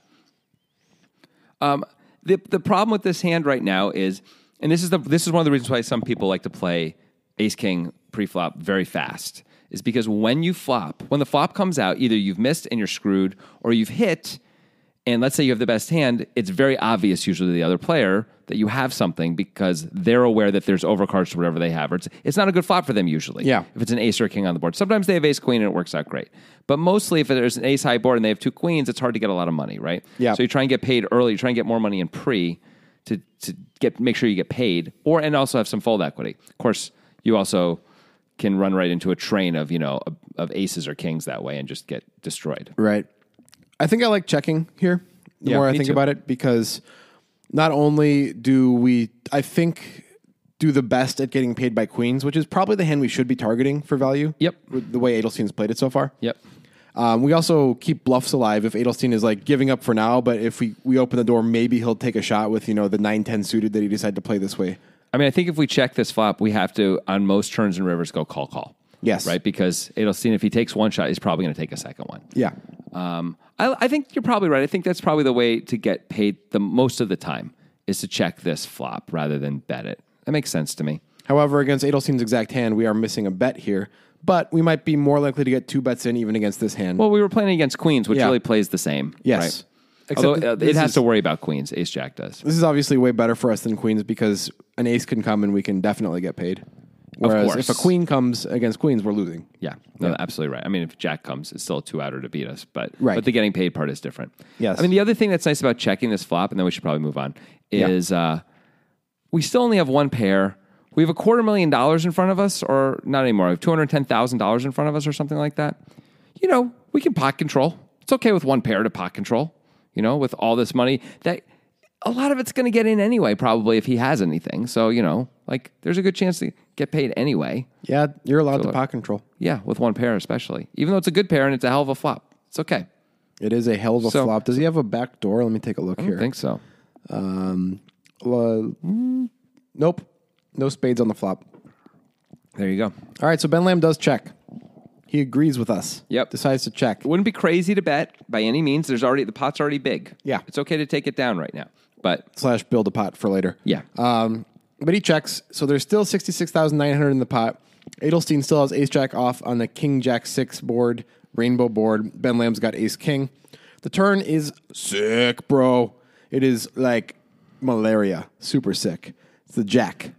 Um, the the problem with this hand right now is, and this is the this is one of the reasons why some people like to play Ace King pre-flop very fast, is because when you flop, when the flop comes out, either you've missed and you're screwed, or you've hit, and let's say you have the best hand, it's very obvious usually to the other player that you have something because they're aware that there's overcards to whatever they have, or it's it's not a good flop for them usually Yeah. if it's an ace or a king on the board. Sometimes they have ace queen and it works out great. But mostly if there's an ace high board and they have two queens, it's hard to get a lot of money, right? Yeah. So you try and get paid early, you try and get more money in pre to to get make sure you get paid or and also have some fold equity. Of course, you also can run right into a train of, you know, of, of aces or kings that way and just get destroyed. Right. I think I like checking here the Yeah, more I me think too. about it because not only do we, I think, do the best at getting paid by queens, which is probably the hand we should be targeting for value. Yep. with The way Adelstein's played it so far. Yep. Um, we also keep bluffs alive if Adelstein is like giving up for now, but if we, we open the door, maybe he'll take a shot with, you know, the 9 10 suited that he decided to play this way. I mean, I think if we check this flop, we have to on most turns and rivers go call call. Yes. Right? Because it'll see if he takes one shot, he's probably going to take a second one. Yeah. Um, I, I think you're probably right. I think that's probably the way to get paid the most of the time is to check this flop rather than bet it. That makes sense to me. However, against Adelstein's exact hand, we are missing a bet here, but we might be more likely to get two bets in even against this hand. Well, we were playing against queens, which Yeah. really plays the same. Yes. Right? Except Although uh, that this it has is- to worry about queens. Ace Jack does. this is obviously way better for us than queens because an ace can come and we can definitely get paid. Whereas course. if a queen comes against queens, we're losing. Yeah, no, absolutely right. I mean, if Jack comes, it's still a two outer to beat us, but Right. but the getting paid part is different. Yes. I mean, the other thing that's nice about checking this flop, and then we should probably move on, is uh, we still only have one pair. We have a quarter million dollars in front of us, or not anymore. We have two hundred ten thousand dollars in front of us, or something like that. You know, we can pot control. It's okay with one pair to pot control. You know, with all this money that a lot of it's going to get in anyway, probably if he has anything. So you know, like there's a good chance to get paid anyway. Yeah, you're allowed to look- pot control. Yeah, with one pair especially. Even though it's a good pair and it's a hell of a flop. It's okay. It is a hell of a So- flop. Does he have a back door? Let me take a look I here. think so. Uh, mm, nope, no spades on the flop. There you go. All right, so Ben Lamb does check. He agrees with us. Yep. Decides to check. Wouldn't be crazy to bet by any means. There's already the pot's already big. Yeah. It's okay to take it down right now. But Slash build a pot for later. yeah. Um, but he checks. So there's still 66,900 in the pot. Adelstein still has ace jack off on the king jack six board, rainbow board. Ben Lamb's got ace king. The turn is sick, bro. It is like malaria, super sick. It's the jack.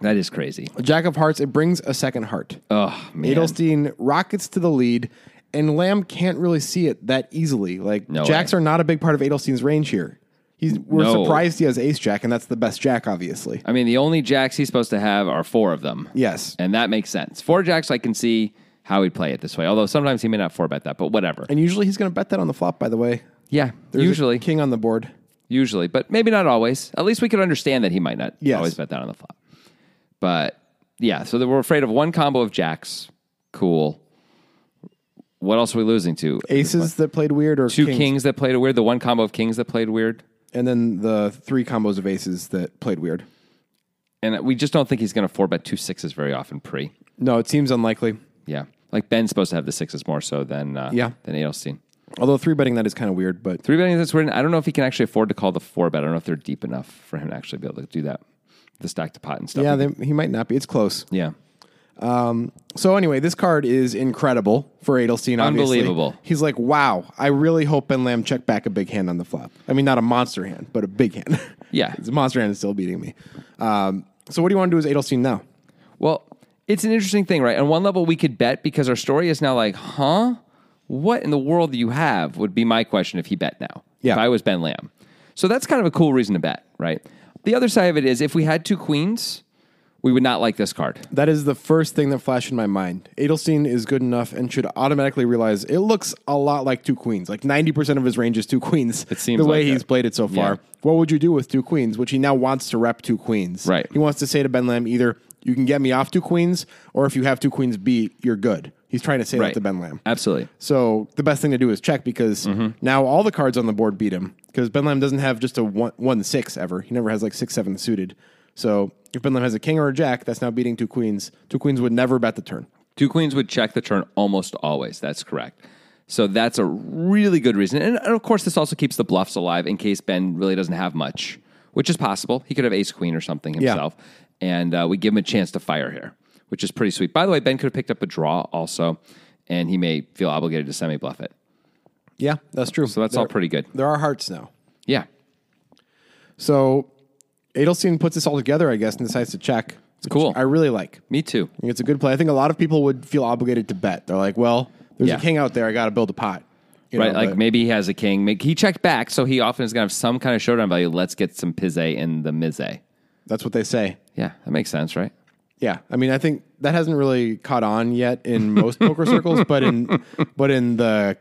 that is crazy. A jack of hearts, it brings a second heart. Oh man. Adelstein rockets to the lead, and Lamb can't really see it that easily. Like, No jacks way. are not a big part of Adelstein's range here. He's, we're No. surprised he has ace jack, and that's the best jack, obviously. I mean, the only jacks he's supposed to have are four of them. Yes. And that makes sense. Four jacks I can see how he'd play it this way. Although sometimes he may not four bet that, but whatever. And usually he's going to bet that on the flop, by the way. Yeah. There's a usually. king on the board. usually, but maybe not always. At least we could understand that he might not Yes. always bet that on the flop. But yeah, so that we're afraid of one combo of jacks. Cool. What else are we losing to? Aces that played weird or Two kings. that played weird, the one combo of kings that played weird. and then the three combos of aces that played weird. And we just don't think he's going to four bet two sixes very often pre. No, it seems unlikely. Yeah. Like Ben's supposed to have the sixes more so than uh, Yeah. than Adelstein. Although three betting that is kind of weird, but Three betting that's weird. I don't know if he can actually afford to call the four bet. I don't know if they're deep enough for him to actually be able to do that. The stack to pot and stuff. yeah, they, he might not be. It's close. yeah. So anyway, this card is incredible for Adelstein. Obviously. Unbelievable. He's like, wow. I really hope Ben Lamb checked back a big hand on the flop. I mean, not a monster hand, but a big hand. Yeah. the monster hand is still beating me. Um, so what do you want to do as Adelstein now? Well, it's an interesting thing, right? On one level, we could bet because our story is now like, huh? What in the world do you have? Would be my question if he bet now. Yeah. If I was Ben Lamb. So that's kind of a cool reason to bet, right? The other side of it is if we had two queens, we would not like this card. That is the first thing that flashed in my mind. Adelstein is good enough and should automatically realize it looks a lot like two queens. Like 90% of his range is two queens. It seems the way like he's it. played it so far. Yeah. What would you do with two queens, which he now wants to rep two queens? Right. He wants to say to Ben Lamb either you can get me off two queens or if you have two queens beat, you're good. He's trying to say that to Ben Lamb. Absolutely. So the best thing to do is check because Mm-hmm. now all the cards on the board beat him because Ben Lamb doesn't have just a one, one six ever. He never has like six seven suited. So if Ben Lamb has a king or a jack, that's now beating two queens. Two queens would never bet the turn. Two queens would check the turn almost always. That's correct. So that's a really good reason. And and of course, this also keeps the bluffs alive in case Ben really doesn't have much, which is possible. He could have ace queen or something himself. And uh, we give him a chance to fire here, which is pretty sweet. By the way, Ben could have picked up a draw also, and he may feel obligated to semi bluff it. Yeah, that's true. So that's all pretty good. There are hearts now. Yeah. So Adelstein puts this all together, I guess, and decides to check. It's cool. I really like. Me too. I think it's a good play. I think a lot of people would feel obligated to bet. They're like, well, there's Yeah. a king out there. I got to build a pot. You Right, know, like but- maybe he has a king. Maybe- He checked back, so he often is going to have some kind of showdown value. Let's get some pizze in the mizze. that's what they say. Yeah, that makes sense, right? Yeah, I mean, I think that hasn't really caught on yet in most poker circles, but in but in the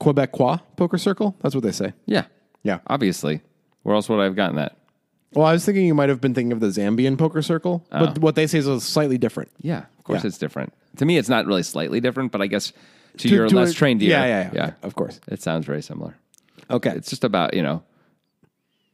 Quebecois poker circle, that's what they say. Yeah. Yeah. Obviously. Where else would I have gotten that? Well, I was thinking you might have been thinking of the Zambian poker circle, but Oh. what they say is slightly different. Yeah, of course Yeah. it's different. To me, it's not really slightly different, but I guess to, your less a- trained ear, yeah, yeah, yeah, of course. it sounds very similar. Okay, It's just about you know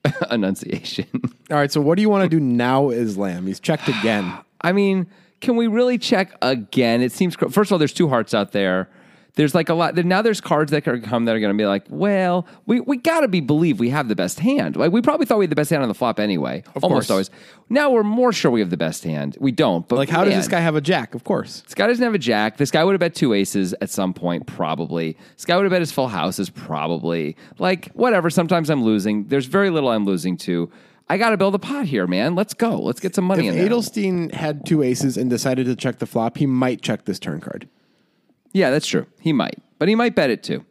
enunciation. all right. So, what do you want to do now? Is Lamb? He's checked again. I mean, can we really check again? It seems cr- first of all, there's two hearts out there. There's like a lot. there- Now there's cards that are come that are going to be like, well, we, we got to be believe we have the best hand. Like we probably thought we had the best hand on the flop anyway, almost course. always. Now we're more sure we have the best hand. We don't, but Like, how does this man. guy have a jack? Of course. This guy doesn't have a jack. This guy would have bet two aces at some point, probably. This guy would have bet his full houses, probably. Like, whatever. Sometimes I'm losing. There's very little I'm losing to. I got to build a pot here, man. Let's go. Let's get some money If in there. Adelstein had two aces and decided to check the flop, he might check this turn card. yeah, that's true. He might, but he might bet it too.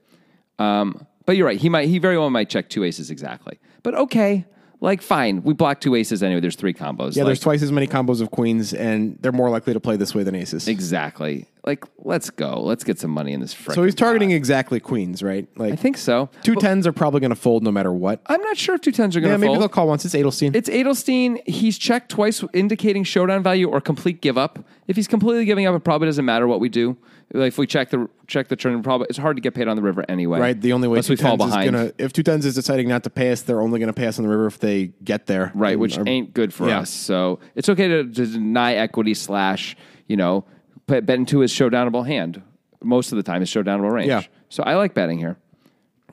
Um, but you're right. He might. He very well might check two aces exactly. But okay, like fine. We block two aces anyway. There's three combos. Yeah, Like, there's twice as many combos of queens, and they're more likely to play this way than aces. exactly. Like, let's go. Let's get some money in this. So he's targeting exactly queens, right? I Like think so. two tens are probably going to fold no matter what. I'm not sure if two tens are going Yeah, to maybe fold. they'll call once. It's Adelstein. It's Adelstein. He's checked twice, indicating showdown value or complete give up. If he's completely giving up, it probably doesn't matter what we do. Like if we check the check the turn, probably it's hard to get paid on the river anyway. right, the only way unless two we fall tens is behind, gonna- if two tens is deciding not to pay us, they're only going to pay us on the river if they get there. right, And which our- ain't good for Yeah. us. So it's okay to, to deny equity slash you know bet bet into his showdownable hand most of the time his showdownable range. Yeah. So I like betting here.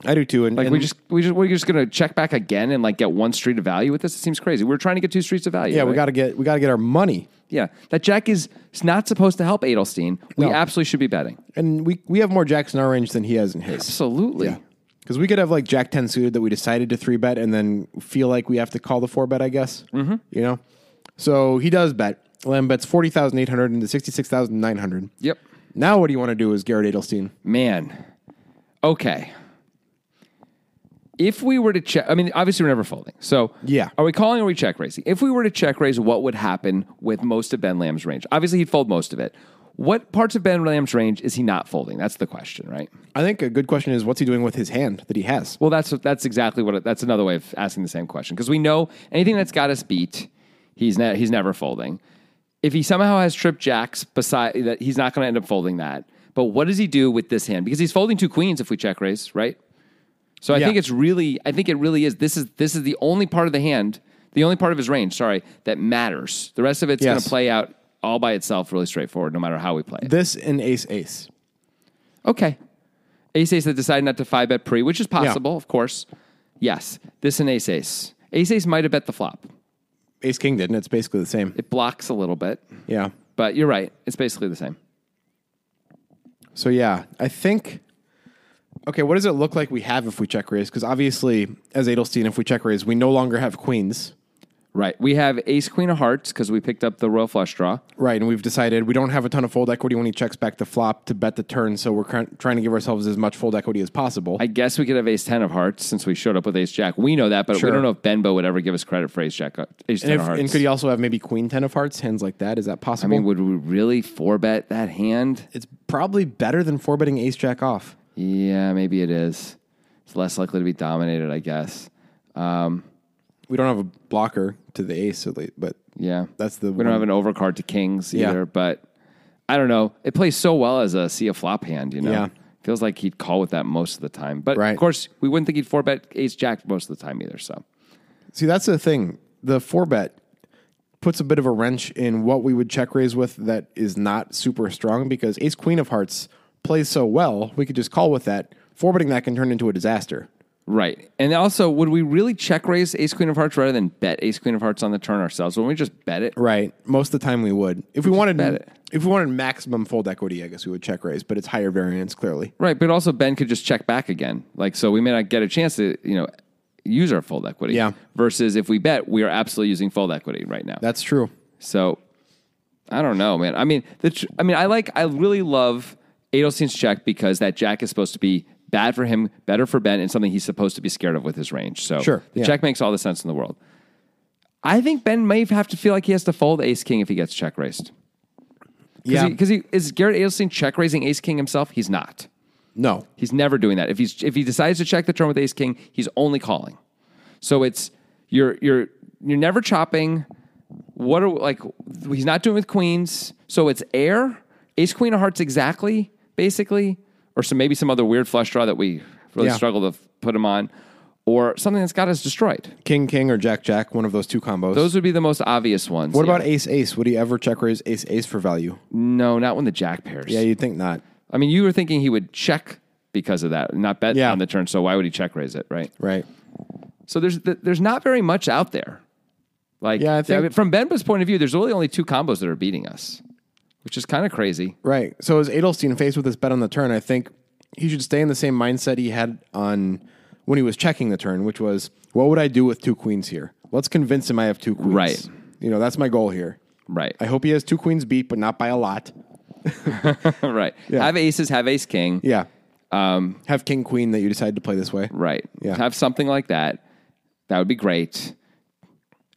I do too. And, Like and we just we just we're just gonna check back again and like get one street of value with this. It seems crazy. We're trying to get two streets of value. yeah, right? we got to get we got to get our money, Yeah, that jack is it's not supposed to help Adelstein. We No. absolutely should be betting. and we we have more jacks in our range than he has in his. Absolutely. Because we could have like Jack ten suited that we decided to three bet, and then feel like we have to call the four bet. I guess mm-hmm. you know. So he does bet. Lamb bets forty thousand eight hundred into sixty six thousand nine hundred. Yep. Now what do you want to do? Is Garrett Adelstein? Man. Okay. If we were to check, I mean, obviously we're never folding. So, Yeah. are we calling or are we check raising? If we were to check raise, what would happen with most of Ben Lamb's range? Obviously, he'd fold most of it. What parts of Ben Williams' range is he not folding? That's the question, right? I think a good question is what's he doing with his hand that he has? Well, that's that's exactly what. It, that's another way of asking the same question because we know anything that's got us beat, he's ne- he's never folding. If he somehow has trip jacks beside that, he's not going to end up folding that. But what does he do with this hand? Because he's folding two queens if we check raise, right? So I Yeah. think it's really, I think it really is. This is this is the only part of the hand, the only part of his range, sorry, that matters. The rest of it's going Yes. to play out all by itself, really straightforward, no matter how we play it. This and ace ace. Okay. Ace ace that decided not to five bet pre, which is possible, of course. Yes. This and ace ace. Ace ace might have bet the flop. Ace king didn't. It's basically the same. It blocks a little bit, Yeah. but you're right. It's basically the same. So yeah, I think. Okay, what does it look like we have if we check raise? Because obviously, as Adelstein, if we check raise, we no longer have queens, Right. We have ace queen of hearts because we picked up the royal flush draw. right? And we've decided we don't have a ton of fold equity when he checks back the flop to bet the turn. So we're cr- trying to give ourselves as much fold equity as possible. I guess we could have ace 10 of hearts since we showed up with ace jack. We know that, but Sure. we don't know if Benbow would ever give us credit for ace jack, uh, ace 10 and, of if- hearts. and could he also have maybe queen ten of hearts, hands like that? Is that I possible? mean, would we really four bet that hand? it's probably better than four betting ace jack off. Yeah, maybe it is. It's less likely to be dominated, I guess. We don't have a blocker to the ace, at least, but Yeah. that's the We don't have an overcard to kings Yeah. either, but I don't know. It plays so well as a see a flop hand, you know. Yeah. Feels like he'd call with that most of the time. But Right. of course, we wouldn't think he'd four bet ace jack most of the time either. So See, that's the thing. The four bet puts a bit of a wrench in what we would check raise with that is not super strong because ace queen of hearts plays so well, we could just call with that. Four betting that can turn into a disaster. right. And also, would we really check raise ace queen of hearts rather than bet ace queen of hearts on the turn ourselves? Wouldn't we just bet it? Right. Most of the time we would. If we wanted bet it. if we wanted maximum fold equity, I guess we would check raise, but it's higher variance clearly. Right, but also Ben could just check back again. Like so we may not get a chance to, you know, use our fold equity. Yeah. Versus if we bet, we are absolutely using fold equity right now. That's true. So I don't know, man. I mean, the tr- I mean, I like, I really love Adelstein's check because that jack is supposed to be bad for him, better for Ben, and something he's supposed to be scared of with his range. So Sure, the yeah. check makes all the sense in the world. I think Ben may have to feel like he has to fold Ace King if he gets check raised. Yeah. because he, is Garrett Adelstein check raising Ace King himself? He's not. no. He's never doing that. If he's if he decides to check the turn with ace king, he's only calling. So it's you're you're you're never chopping. What are like he's not doing with queens. So it's air, ace queen of hearts exactly, basically, or some maybe some other weird flush draw that we really Yeah. struggle to f- put him on, or something that's got us destroyed. King king or jack jack, one of those two combos. Those would be the most obvious ones. what about ace ace? Would he ever check raise ace ace for value? no? Not when the jack pairs. Yeah, you'd think not. I mean, you were thinking he would check because of that, not bet Yeah. on the turn. So why would he check raise it, right? Right. So there's th- there's not very much out there. Like Yeah, I think- mean, from Benba's point of view, there's really only two combos that are beating us, which is kind of crazy. Right. So as Adelstein faced with this bet on the turn, I think he should stay in the same mindset he had on when he was checking the turn, which was, what would I do with two queens here? Let's convince him I have two queens. Right. You know, that's my goal here. Right. I hope he has two queens beat, but not by a lot. right. Have aces, have ace king. Yeah. Um, have king queen that you decide to play this way. Right. Yeah. Have something like that. That would be great.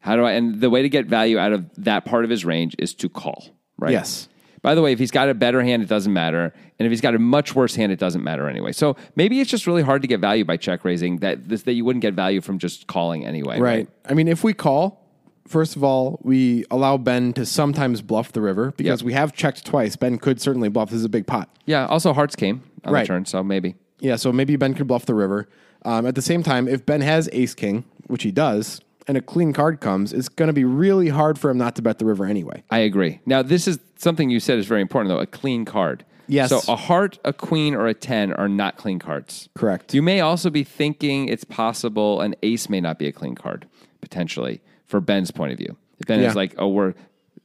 How do I and the way to get value out of that part of his range is to call. Right. Yes. By the way, if he's got a better hand, it doesn't matter. And if he's got a much worse hand, it doesn't matter anyway. So maybe it's just really hard to get value by check raising that that you wouldn't get value from just calling anyway. Right. I mean, if we call, first of all, we allow Ben to sometimes bluff the river because Yep. we have checked twice. Ben could certainly bluff. This is a big pot. Yeah. Also, hearts came on Right. the turn, so maybe. Yeah, so maybe Ben could bluff the river. Um, at the same time, if Ben has ace king, which he does, and a clean card comes, it's going to be really hard for him not to bet the river anyway. I agree. Now, this is something you said is very important, though a clean card. Yes. So a heart, a queen, or a 10 are not clean cards. Correct. You may also be thinking it's possible an ace may not be a clean card, potentially, for Ben's point of view. If Ben Yeah. is like, oh, we're,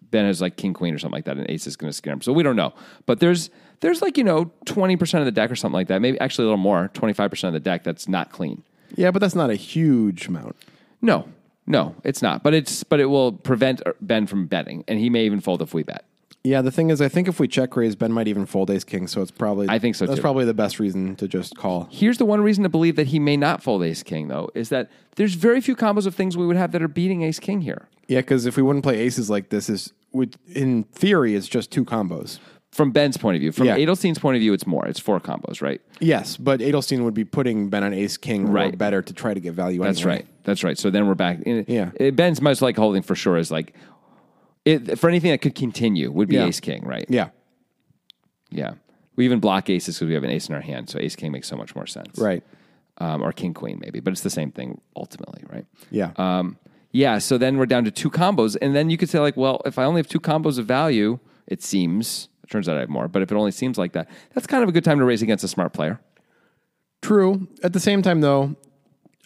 Ben is like king, queen, or something like that, and ace is going to scare him. So we don't know. But there's, there's like, you know, 20% of the deck or something like that, maybe actually a little more, 25% of the deck that's not clean. Yeah, but that's not a huge amount. No, no, it's not. But it's, but it will prevent uh, Ben from betting, and he may even fold if we bet. Yeah, the thing is, I think if we check raise, Ben might even fold ace king. So it's probably I think so, That's too. probably the best reason to just call. Here's the one reason to believe that he may not fold ace king, though, is that there's very few combos of things we would have that are beating ace king here. Yeah, because if we wouldn't play aces like this, is would in theory, it's just two combos. from Ben's point of view, from Yeah. Adelstein's point of view, it's more. It's four combos, right? Yes, but Adelstein would be putting Ben on ace king Right. or better to try to get value. That's anyway. right. That's right. So then we're back. In, Yeah. it- Ben's most like holding for sure is like it, for anything that could continue would be Yeah. ace king, right? Yeah, Yeah. We even block aces because we have an ace in our hand. So ace king makes so much more sense. right. Um, or king queen, maybe. But it's the same thing ultimately, right? Yeah, Um, yeah. So then we're down to two combos. And then you could say, like, well, if I only have two combos of value, it seems, it turns out I have more, but if it only seems like that, that's kind of a good time to raise against a smart player. true. At the same time, though,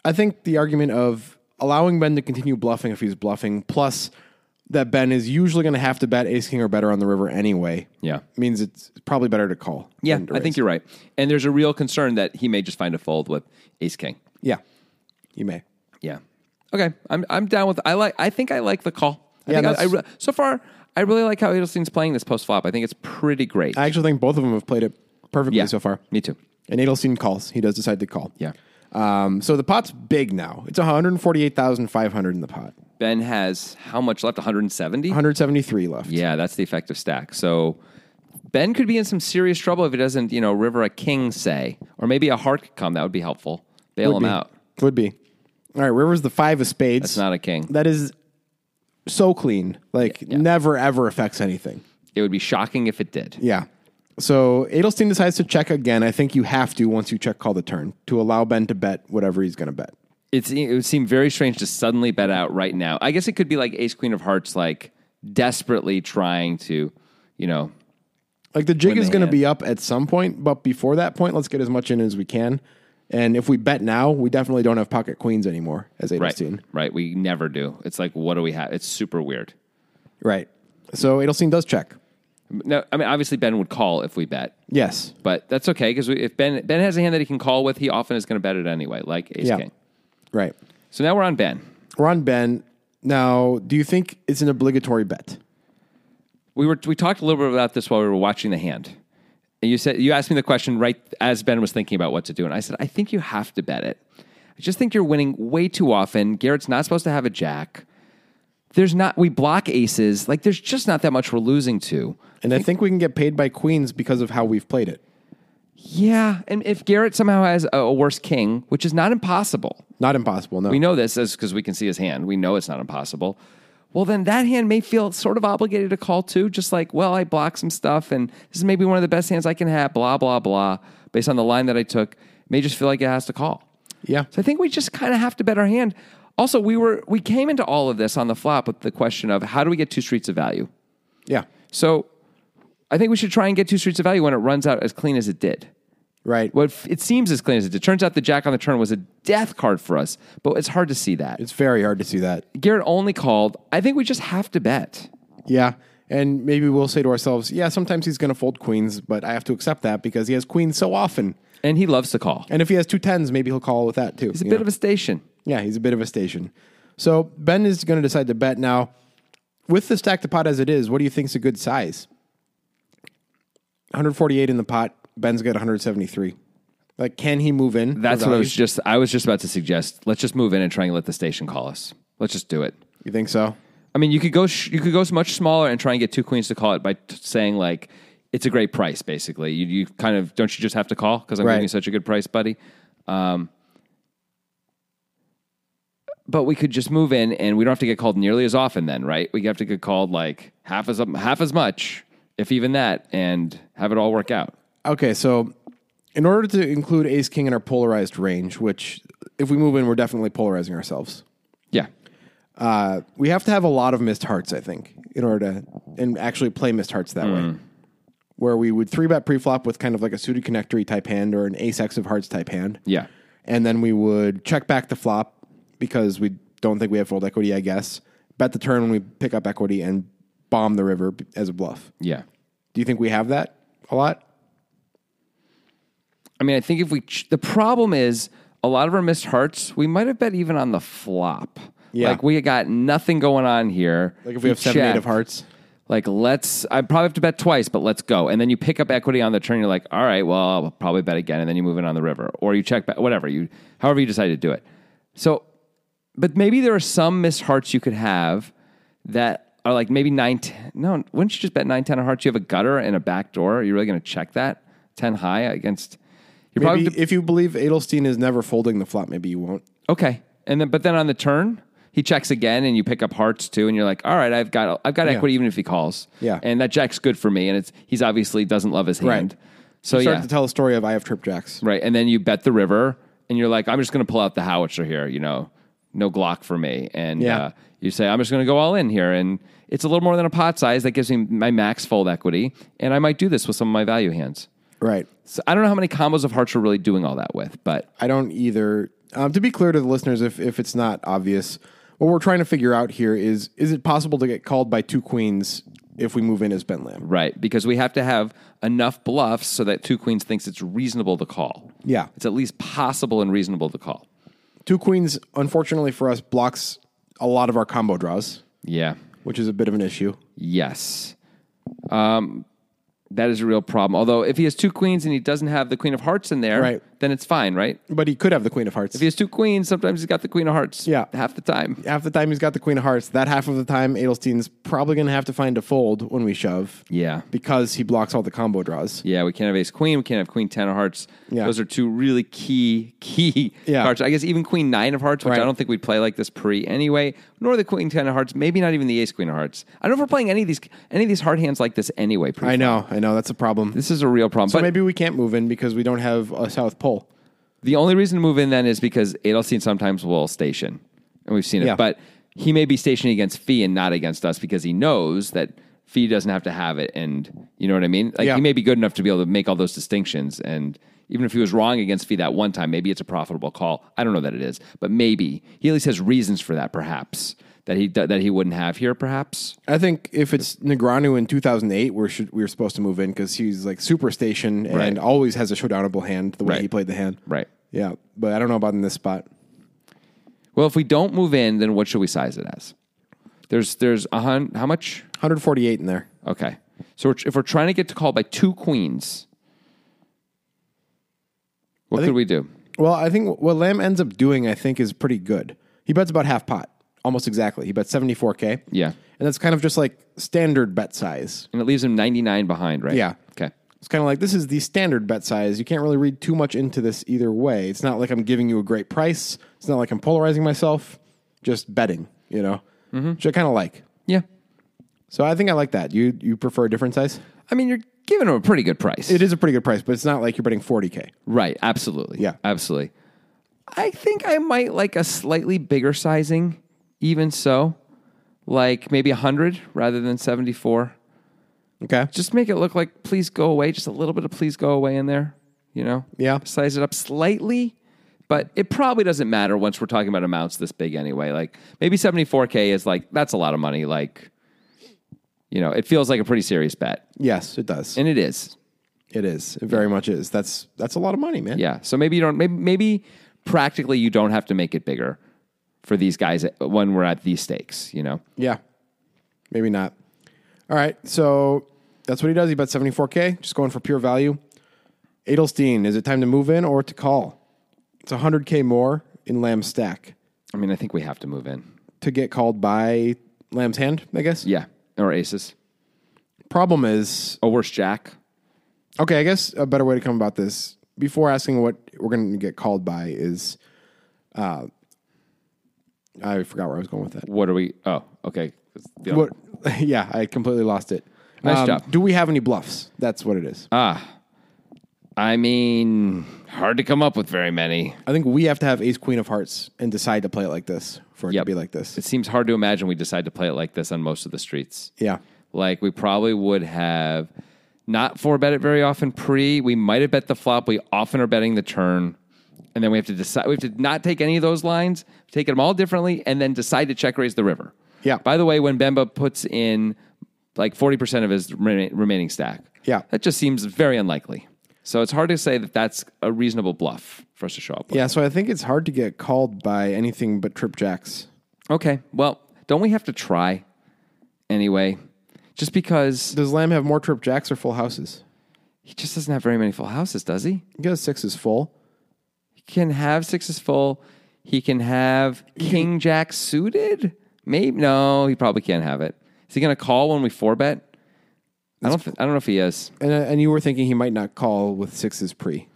I think the argument of allowing Ben to continue bluffing if he's bluffing, plus that Ben is usually going to have to bet ace king or better on the river anyway. Yeah. means it's probably better to call. Yeah. than to I think raise. you're right. And there's a real concern that he may just find a fold with ace king. Yeah, you may. Yeah. Okay. I'm I'm down with. I like. I think I like the call. I Yeah, think I- I, that's- re- so far, I really like how Adelstein's playing this post flop. I think it's pretty great. I actually think both of them have played it perfectly yeah. so far. Me too. And Adelstein calls. He does decide to call. Yeah. Um, so the pot's big now. It's 148,500 in the pot. Ben has how much left? 170. 173 left. Yeah, that's the effective stack. So Ben could be in some serious trouble if he doesn't, you know, river a king, say, or maybe a heart could come. That would be helpful. Bail him Would be. out. Would be. All right, River's the five of spades. It's not a king. That is so clean. Like, never, ever affects anything. It would be shocking if it did. Yeah. So Adelstein decides to check again. I think you have to once you check call the turn to allow Ben to bet whatever he's going to bet. it's it would seem very strange to suddenly bet out right now. I guess it could be like Ace Queen of Hearts, like desperately trying to, you know, Like the jig is the going to hand. be up at some point, but before that point, let's get as much in as we can. And if we bet now, we definitely don't have pocket queens anymore as right, Adelstein. right. We never do. It's like, what do we have? It's super weird. Right. So Adelstein does check. No, I mean, obviously Ben would call if we bet, Yes. but that's okay because if Ben Ben has a hand that he can call with, he often is going to bet it anyway, like Ace Yeah. King. Right. So now we're on Ben. We're on Ben. Now, do you think it's an obligatory bet? We were we talked a little bit about this while we were watching the hand. And you said you asked me the question right as Ben was thinking about what to do, and I said I think you have to bet it. I just think you're winning way too often. Garrett's not supposed to have a jack. There's not we block aces. Like there's just not that much we're losing to. And I think we can get paid by queens because of how we've played it. Yeah, and if Garrett somehow has a, a worse king, which is not impossible, Not impossible, no. we know this as because we can see his hand. We know it's not impossible. Well, then that hand may feel sort of obligated to call too, just like, well, I blocked some stuff and this is maybe one of the best hands I can have, blah, blah, blah, based on the line that I took. May just feel like it has to call. yeah. So I think we just kind of have to bet our hand. Also, we were we came into all of this on the flop with the question of how do we get two streets of value? Yeah. So I think we should try and get two streets of value when it runs out as clean as it did. Right. What f- it seems as clean as it did. Turns out the jack on the turn was a death card for us, but it's hard to see that. It's very hard to see that. Garrett only called. I think we just have to bet. Yeah. And maybe we'll say to ourselves, yeah, sometimes he's going to fold queens, but I have to accept that because he has queens so often. And he loves to call. And if he has two tens, maybe he'll call with that too. He's a bit of a station. Yeah, he's a bit of a station. So Ben is going to decide to bet now. With the stack to pot as it is, what do you think's a good size? 148 in the pot. Ben's got 173. Like, can he move in? for That's what I value? was just I was just about to suggest. Let's just move in and try and let the station call us. Let's just do it. You think so? I mean, you could go sh- you could go s- much smaller and try and get two queens to call it by t- saying like it's a great price basically. You you kind of don't you just have to call cuz I'm Right. giving you such a good price, buddy. Um but we could just move in and we don't have to get called nearly as often then, right? We have to get called like half as half as much, if even that, and have it all work out. Okay, so in order to include ace king in our polarized range, which if we move in, we're definitely polarizing ourselves. Yeah. Uh, we have to have a lot of missed hearts, I think, in order to and actually play missed hearts that Mm. way. Where we would three bet pre-flop with kind of like a suited connectory type hand or an ace x of hearts type hand. Yeah. And then we would check back the flop because we don't think we have fold equity, I guess. Bet the turn when we pick up equity and bomb the river b- as a bluff. Yeah. Do you think we have that a lot? I mean, I think if we, ch- the problem is a lot of our missed hearts, we might have bet even on the flop. Yeah. Like we got nothing going on here. Like if we have seven, eight of check. hearts. Like let's, I probably have to bet twice, but let's go. And then you pick up equity on the turn. You're like, all right, well, I'll probably bet again. And then you move in on the river or you check back, whatever you, however you decide to do it. So, but maybe there are some missed hearts you could have that are like maybe nine, ten, No, wouldn't you just bet nine ten on hearts? You have a gutter and a back door. Are you really going to check that ten high against? You're Maybe probably if you believe Adelstein is never folding the flop, maybe you won't. okay, and then but then on the turn he checks again, and you pick up hearts too, and you're like, all right, I've got I've got equity even if he calls. Yeah. and that jack's good for me, and it's he's obviously doesn't love his Right. hand. So Start Oh, yeah, to tell a story of I have trip jacks. Right. And then you bet the river and you're like, I'm just going to pull out the howitzer here, you know, no Glock for me. And Yeah. uh, you say, I'm just going to go all in here. And it's a little more than a pot size that gives me my max fold equity. And I might do this with some of my value hands. Right. So I don't know how many combos of hearts we're really doing all that with, but I don't either. Um, to be clear to the listeners, if if it's not obvious, what we're trying to figure out here is is it possible to get called by two queens if we move in as Ben Lamb? right. Because we have to have enough bluffs so that two queens thinks it's reasonable to call. Yeah. It's at least possible and reasonable to call. Two queens, unfortunately for us, blocks a lot of our combo draws, Yeah. which is a bit of an issue. Yes. Um, that is a real problem. Although, if he has two queens and he doesn't have the queen of hearts in there, Right. then it's fine, right? If But he could have the queen of hearts. he has two queens, sometimes he's got the queen of hearts Yeah. half the time. half the time he's got the queen of hearts. That half of the time, Adelstein's probably going to have to find a fold when we shove. Yeah. Because he blocks all the combo draws. Yeah, we can't have ace queen. We can't have queen 10 of hearts. Yeah. Those are two really key, key Yeah. cards. I guess even queen 9 of hearts, which Right. I don't think we'd play like this pre anyway, nor the queen 10 of hearts, maybe not even the ace queen of hearts. I don't know if we're playing any of these any of these hard hands like this anyway. Pre. I know, I know, that's a problem. This is a real problem. so but maybe we can't move in because we don't have a south pole. The only reason to move in then is because Adelstein sometimes will station, and we've seen it. Yeah. But he may be stationing against Fee and not against us because he knows that Fee doesn't have to have it, and you know what I mean. Like Yeah. he may be good enough to be able to make all those distinctions, and even if he was wrong against Fee that one time, maybe it's a profitable call. I don't know that it is, but maybe he at least has reasons for that, perhaps that he that he wouldn't have here, perhaps. I think if it's Negreanu in 2008, we're should, we were supposed to move in because he's like superstation and Right. always has a showdownable hand the way Right. he played the hand. Right. Yeah, but I don't know about in this spot. Well, if we don't move in, then what should we size it as? There's there's a hun- how much 148 in there. Okay. So we're, if we're trying to get to call by two queens, what could we do? Well, I think what Lamb ends up doing, I think, is pretty good. He bets about half pot, almost exactly. He bets 74K. Yeah. And that's kind of just like standard bet size. And it leaves him 99 behind, right? Yeah. Okay. It's kind of like this is the standard bet size. You can't really read too much into this either way. It's not like I'm giving you a great price. It's not like I'm polarizing myself. Just betting, you know, Mm-hmm. which I kind of like. Yeah. So I think I like that. You you prefer a different size? I mean, you're giving him a pretty good price. It is a pretty good price, but it's not like you're betting 40k. right. Absolutely. Yeah. Absolutely. I think I might like a slightly bigger sizing, even so, like maybe 100 rather than 74. Okay. Just make it look like please go away, just a little bit of please go away in there, you know? Yeah. Size it up slightly, but it probably doesn't matter once we're talking about amounts this big anyway. Like maybe 74K is like, that's a lot of money. Like, you know, it feels like a pretty serious bet. Yes, it does. And it is. It is. It very much is. That's that's a lot of money, man. Yeah. So maybe you don't, maybe, maybe practically you don't have to make it bigger for these guys when we're at these stakes, you know? Yeah. Maybe not. All right. So that's what he does. He bets 74K, just going for pure value. Adelstein, is it time to move in or to call? It's 100K more in Lamb's stack I mean, I think we have to move in. to get called by Lamb's hand, I guess. Yeah. Or aces. Problem is, Or worse, Jack. okay, I guess a better way to come about this before asking what we're going to get called by is uh, I forgot where I was going with that. What are we? Oh, okay. The other- What, yeah, I completely lost it. Um, Nice job. Do we have any bluffs? That's what it is. I mean, hard to come up with very many. I think we have to have ace queen of hearts and decide to play it like this for it Yep. to be like this. It seems hard to imagine we decide to play it like this on most of the streets. yeah. Like we probably would have not four bet it very often pre. We might have bet the flop. We often are betting the turn. And then we have to decide we have to not take any of those lines, take them all differently, and then decide to check raise the river. Yeah. By the way, when Bemba puts in like 40% of his rema- remaining stack, Yeah. that just seems very unlikely. So it's hard to say that that's a reasonable bluff for us to show up with. Yeah, so I think it's hard to get called by anything but trip jacks. Okay. Well, don't we have to try anyway? Just because Does Lamb have more trip jacks or full houses? he just doesn't have very many full houses, does he? He goes six is full. He can have sixes full. He can have king jack suited. Maybe no, he probably can't have it. Is he going to call when we four bet? I don't. th- I don't know if he is. And, uh, and you were thinking he might not call with sixes pre.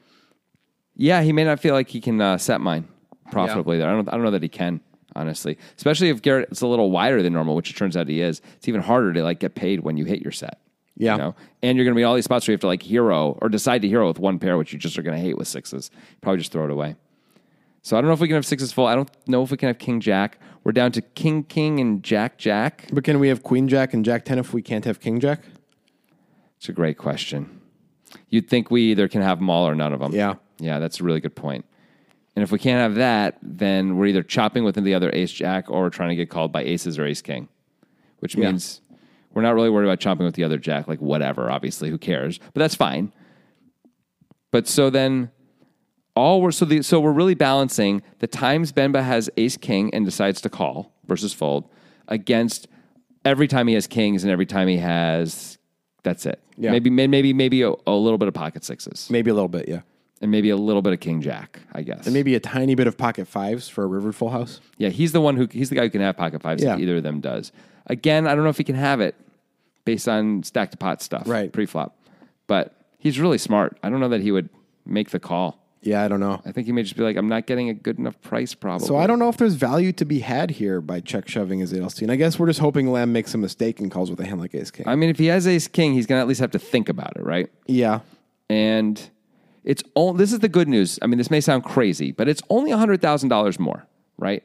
Yeah, he may not feel like he can uh, set mine profitably there. I don't. I don't know that he can honestly, especially if Garrett is a little wider than normal, which it turns out he is. It's even harder to like get paid when you hit your set. Yeah. you know? and you're going to be in all these spots where you have to like hero or decide to hero with one pair, which you just are going to hate with sixes. Probably just throw it away. So I don't know if we can have sixes full. I don't know if we can have king jack. We're down to king king and jack jack. But can we have queen jack and jack 10 if we can't have king jack? It's a great question. You'd think we either can have them all or none of them. Yeah. Yeah, that's a really good point. And if we can't have that, then we're either chopping with the other ace jack or we're trying to get called by aces or ace king, which Yeah. means we're not really worried about chopping with the other jack. Like, whatever, obviously, who cares? But that's fine. But so then all we're so the so we're really balancing the times Benba has ace king and decides to call versus fold against every time he has kings and every time he has that's it. Yeah. Maybe may- maybe maybe a, a little bit of pocket sixes Maybe a little bit, yeah. and maybe a little bit of king jack, I guess. Maybe a tiny bit of pocket fives for a river full house. yeah, he's the one who he's the guy who can have pocket fives Yeah. if either of them does. Again, I don't know if he can have it based on stack to pot stuff Right. pre-flop. But he's really smart. I don't know that he would make the call. Yeah, I don't know. I think he may just be like, I'm not getting a good enough price, probably. So I don't know if there's value to be had here by check shoving his Adelstein. I guess we're just hoping Lamb makes a mistake and calls with a hand like ace king. I mean, if he has ace king, he's going to at least have to think about it, right? yeah. And it's all, this is the good news. I mean, this may sound crazy, but it's only $100,000 more, right?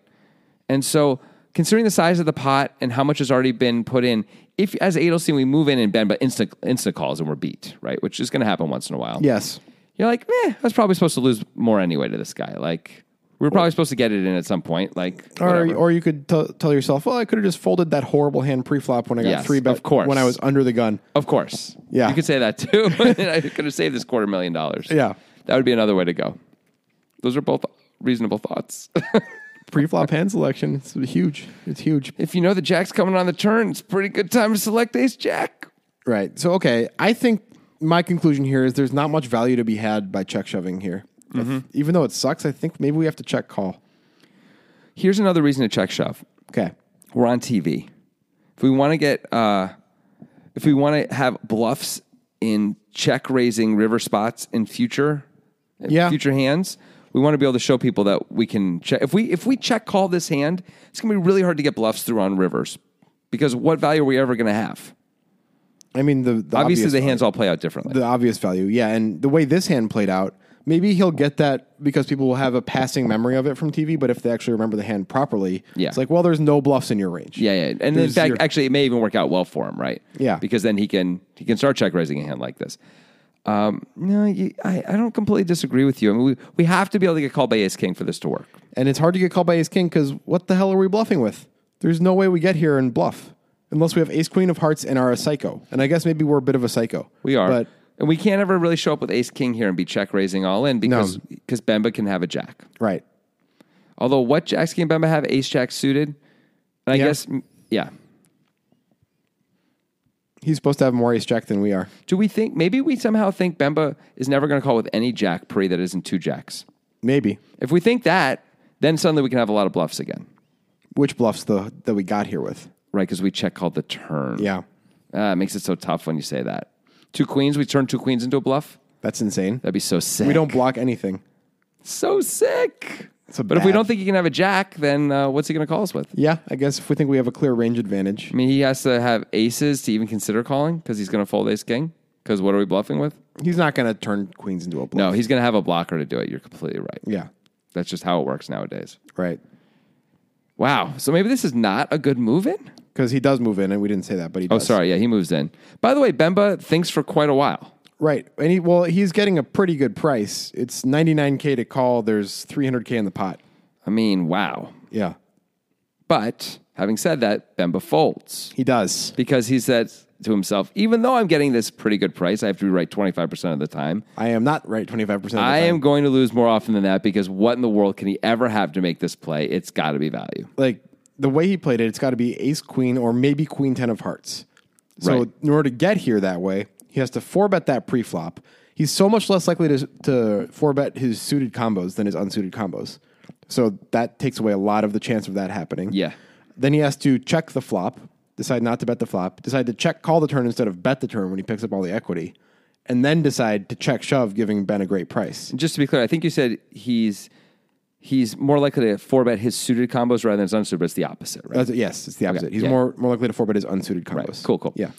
And so, considering the size of the pot and how much has already been put in, if as Adelstein, we move in and bend, but insta, insta calls and we're beat, right? Which is going to happen once in a while. Yes. You're like, meh, I was probably supposed to lose more anyway to this guy. Like, we were probably supposed to get it in at some point. Like, Or, whatever. or you could t- tell yourself, well, I could have just folded that horrible hand pre-flop when I got Yes, three bet of course. when I was under the gun. Of course. Yeah. You could say that too. I could have saved this quarter million dollars. Yeah. That would be another way to go. Those are both reasonable thoughts. Pre-flop hand selection, it's huge. It's huge. if you know the jack's coming on the turn, it's a pretty good time to select ace jack. Right. So okay, I think my conclusion here is there's not much value to be had by check shoving here. If- Mm-hmm. even though it sucks, I think maybe we have to check call. Here's another reason to check shove. Okay. We're on TV. If we want to get, uh, if we want to have bluffs in check raising river spots in future, in Yeah. future hands, we want to be able to show people that we can check. If we if we check call this hand, it's going to be really hard to get bluffs through on rivers because what value are we ever going to have? I mean the, the Obviously, obvious, the hands all play out differently. the obvious value, yeah. And the way this hand played out, maybe he'll get that because people will have a passing memory of it from TV. But if they actually remember the hand properly, Yeah. it's like well, there's no bluffs in your range. Yeah, yeah. And in There's fact, your- actually, it may even work out well for him, right? Yeah. Because then he can he can start check raising a hand like this. Um, no, you, I, I don't completely disagree with you. I mean, we, we have to be able to get called by ace king for this to work. And it's hard to get called by ace king because what the hell are we bluffing with? There's no way we get here and bluff unless we have ace queen of hearts and are a psycho. And I guess maybe we're a bit of a psycho. We are. but and we can't ever really show up with ace king here and be check raising all in because because Bemba can have a jack. right. Although, what jacks can Bemba have? Ace jack suited? And I Yeah. guess, mm, yeah. He's supposed to have more ace jack than we are. Do we think maybe we somehow think Bemba is never going to call with any jack pre that isn't two jacks? Maybe. If we think that, then suddenly we can have a lot of bluffs again. Which bluffs the that we got here with? Right, because we check called the turn. Yeah. Ah, it makes it so tough when you say that. Two queens, we turn two queens into a bluff. That's insane. That'd be so sick. We don't block anything. So sick. It's a but if we bad- don't think he can have a jack, then uh, what's he going to call us with? Yeah, I guess if we think we have a clear range advantage. I mean, he has to have aces to even consider calling because he's going to fold ace king. Because what are we bluffing with? He's not gonna turn queens into a bluff. No, he's going to have a blocker to do it. You're completely right. Yeah. That's just how it works nowadays. Right. Wow. So maybe this is not a good move in? Because he does move in and we didn't say that, but he Oh, does. sorry. Yeah, he moves in. By the way, Bemba thinks for quite a while. Right. And he well, he's getting a pretty good price. It's ninety nine K to call, there's three hundred K in the pot. I mean, wow. Yeah. But having said that, Bemba folds. He does. because he said to himself, even though I'm getting this pretty good price, I have to be right 25% of the time. I am not right twenty five percent of the I time. am going to lose more often than that because what in the world can he ever have to make this play? It's got to be value. like the way he played it, it's got to be ace queen or maybe queen ten of hearts. So Right. in order to get here that way, he has to four bet that pre-flop. He's so much less likely to to four bet his suited combos than his unsuited combos. So that takes away a lot of the chance of that happening. Yeah. Then he has to check the flop, decide not to bet the flop, decide to check call the turn instead of bet the turn when he picks up all the equity, and then decide to check shove, giving Ben a great price. Just to be clear, I think you said he's he's more likely to four bet his suited combos rather than his unsuited. But it's the opposite, right? That's- yes, it's the opposite. He's yeah. more more likely to four bet his unsuited combos. Cool, cool. Yeah.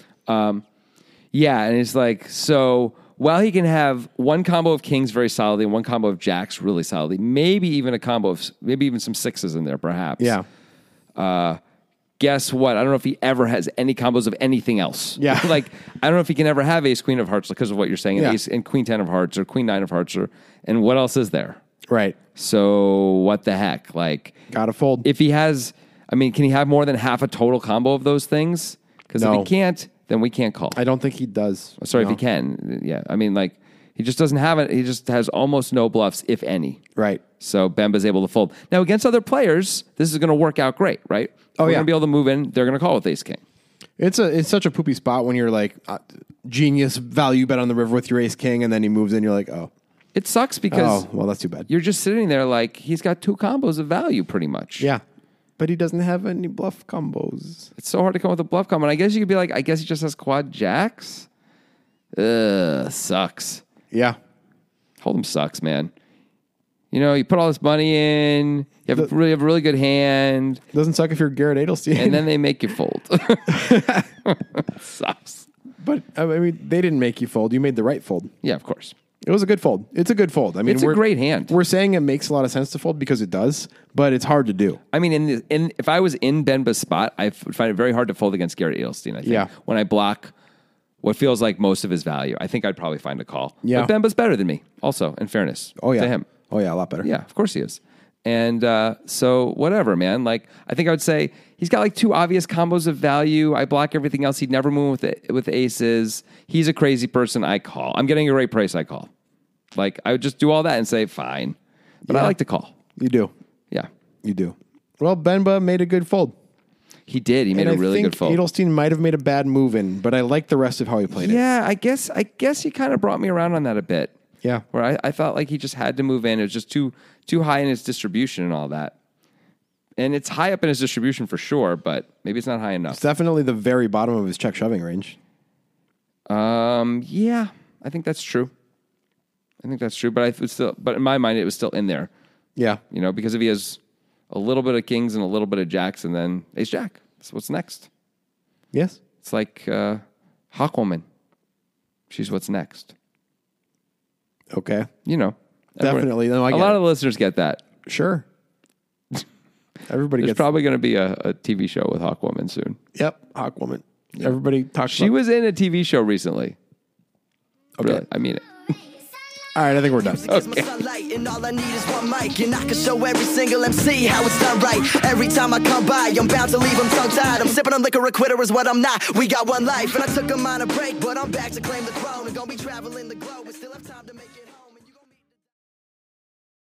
Yeah, and it's like so. While he can have one combo of kings very solidly and one combo of jacks really solidly, maybe even a combo of maybe even some sixes in there, perhaps. Yeah. Guess what? I don't know if he ever has any combos of anything else. Yeah. like I don't know if he can ever have ace queen of hearts because of what you're saying, and Yeah. ace and queen ten of hearts or queen nine of hearts or and what else is there? Right. So what the heck? Like Gotta fold. if he has, I mean, can he have more than half a total combo of those things? Because if No. he can't, then we can't call. I don't think he does. Sorry, No. if he can, yeah. I mean, like he just doesn't have it. He just has almost no bluffs, if any. Right. So Bemba's able to fold now against other players. This is going to work out great, right? Oh, We're yeah. going to be able to move in. They're going to call with Ace King. It's a it's such a poopy spot when you're like uh, genius value bet on the river with your ace king, and then he moves in. You're like, oh, It sucks because oh, well, that's too bad. you're just sitting there like he's got two combos of value, pretty much. Yeah, but he doesn't have any bluff combos. It's so hard to come with a bluff combo. And I guess you could be like, I guess he just has quad jacks. Ugh, sucks. Yeah, Hold'em sucks, man. You know, you put all this money in, you have, a, really, have a really good hand, doesn't suck if you're Garrett Adelstein. and then they make you fold. sucks. but I mean, they didn't make you fold. You made the right fold. Yeah, of course. It was a good fold. It's a good fold. I mean, It's a we're- great hand. We're saying it makes a lot of sense to fold because it does, but it's hard to do. I mean, in, the, in if I was in Benba's spot, I f- would find it very hard to fold against Garrett Edelstein. I think Yeah. when I block what feels like most of his value, I think I'd probably find a call. Yeah. but Benba's better than me, also. In fairness, Oh yeah, to him, Oh yeah, a lot better. yeah, of course he is. And uh, so whatever, man. Like I think I would say he's got like two obvious combos of value. I block everything else. He'd never move with with aces. He's a crazy person. I call. I'm getting a great price. I call. Like I would just do all that and say fine, but I Yeah. like to call. you do, Yeah. you do. Well, Benba made a good fold. He did. He made a And I really think good fold. Adelstein might have made a bad move in, but I like the rest of how he played it. Yeah, I guess I guess he kind of brought me around on that a bit. Yeah. Where I, I felt like he just had to move in. It was just too too high in his distribution and all that. And it's high up in his distribution for sure, but maybe it's not high enough. It's definitely the very bottom of his check shoving range. Um, yeah, I think that's true. I think that's true, but I th- still, but in my mind, it was still in there, Yeah. you know, because if he has a little bit of kings and a little bit of jacks, and then ace jack, that's what's next. Yes. It's like uh, Hawkwoman. She's what's next, Okay. you know. Everyone- Definitely. No, I a get lot it. of the listeners get that. Sure. Everybody There's gets probably going to be a, a TV show with Hawkwoman soon. yep. Hawk woman. Everybody talks. She about, was in a TV show recently. Okay. Really, I mean it. All right. I think we're done. Cause my sunlight and all I need is one mic And I can show every single MC how it's done right Every time I come by, I'm bound to leave them tongue-tied I'm sipping on liquor, a quitter is what I'm not We got one life, and I took a minor break But I'm back to claim the throne And gonna be traveling the globe And still have time to make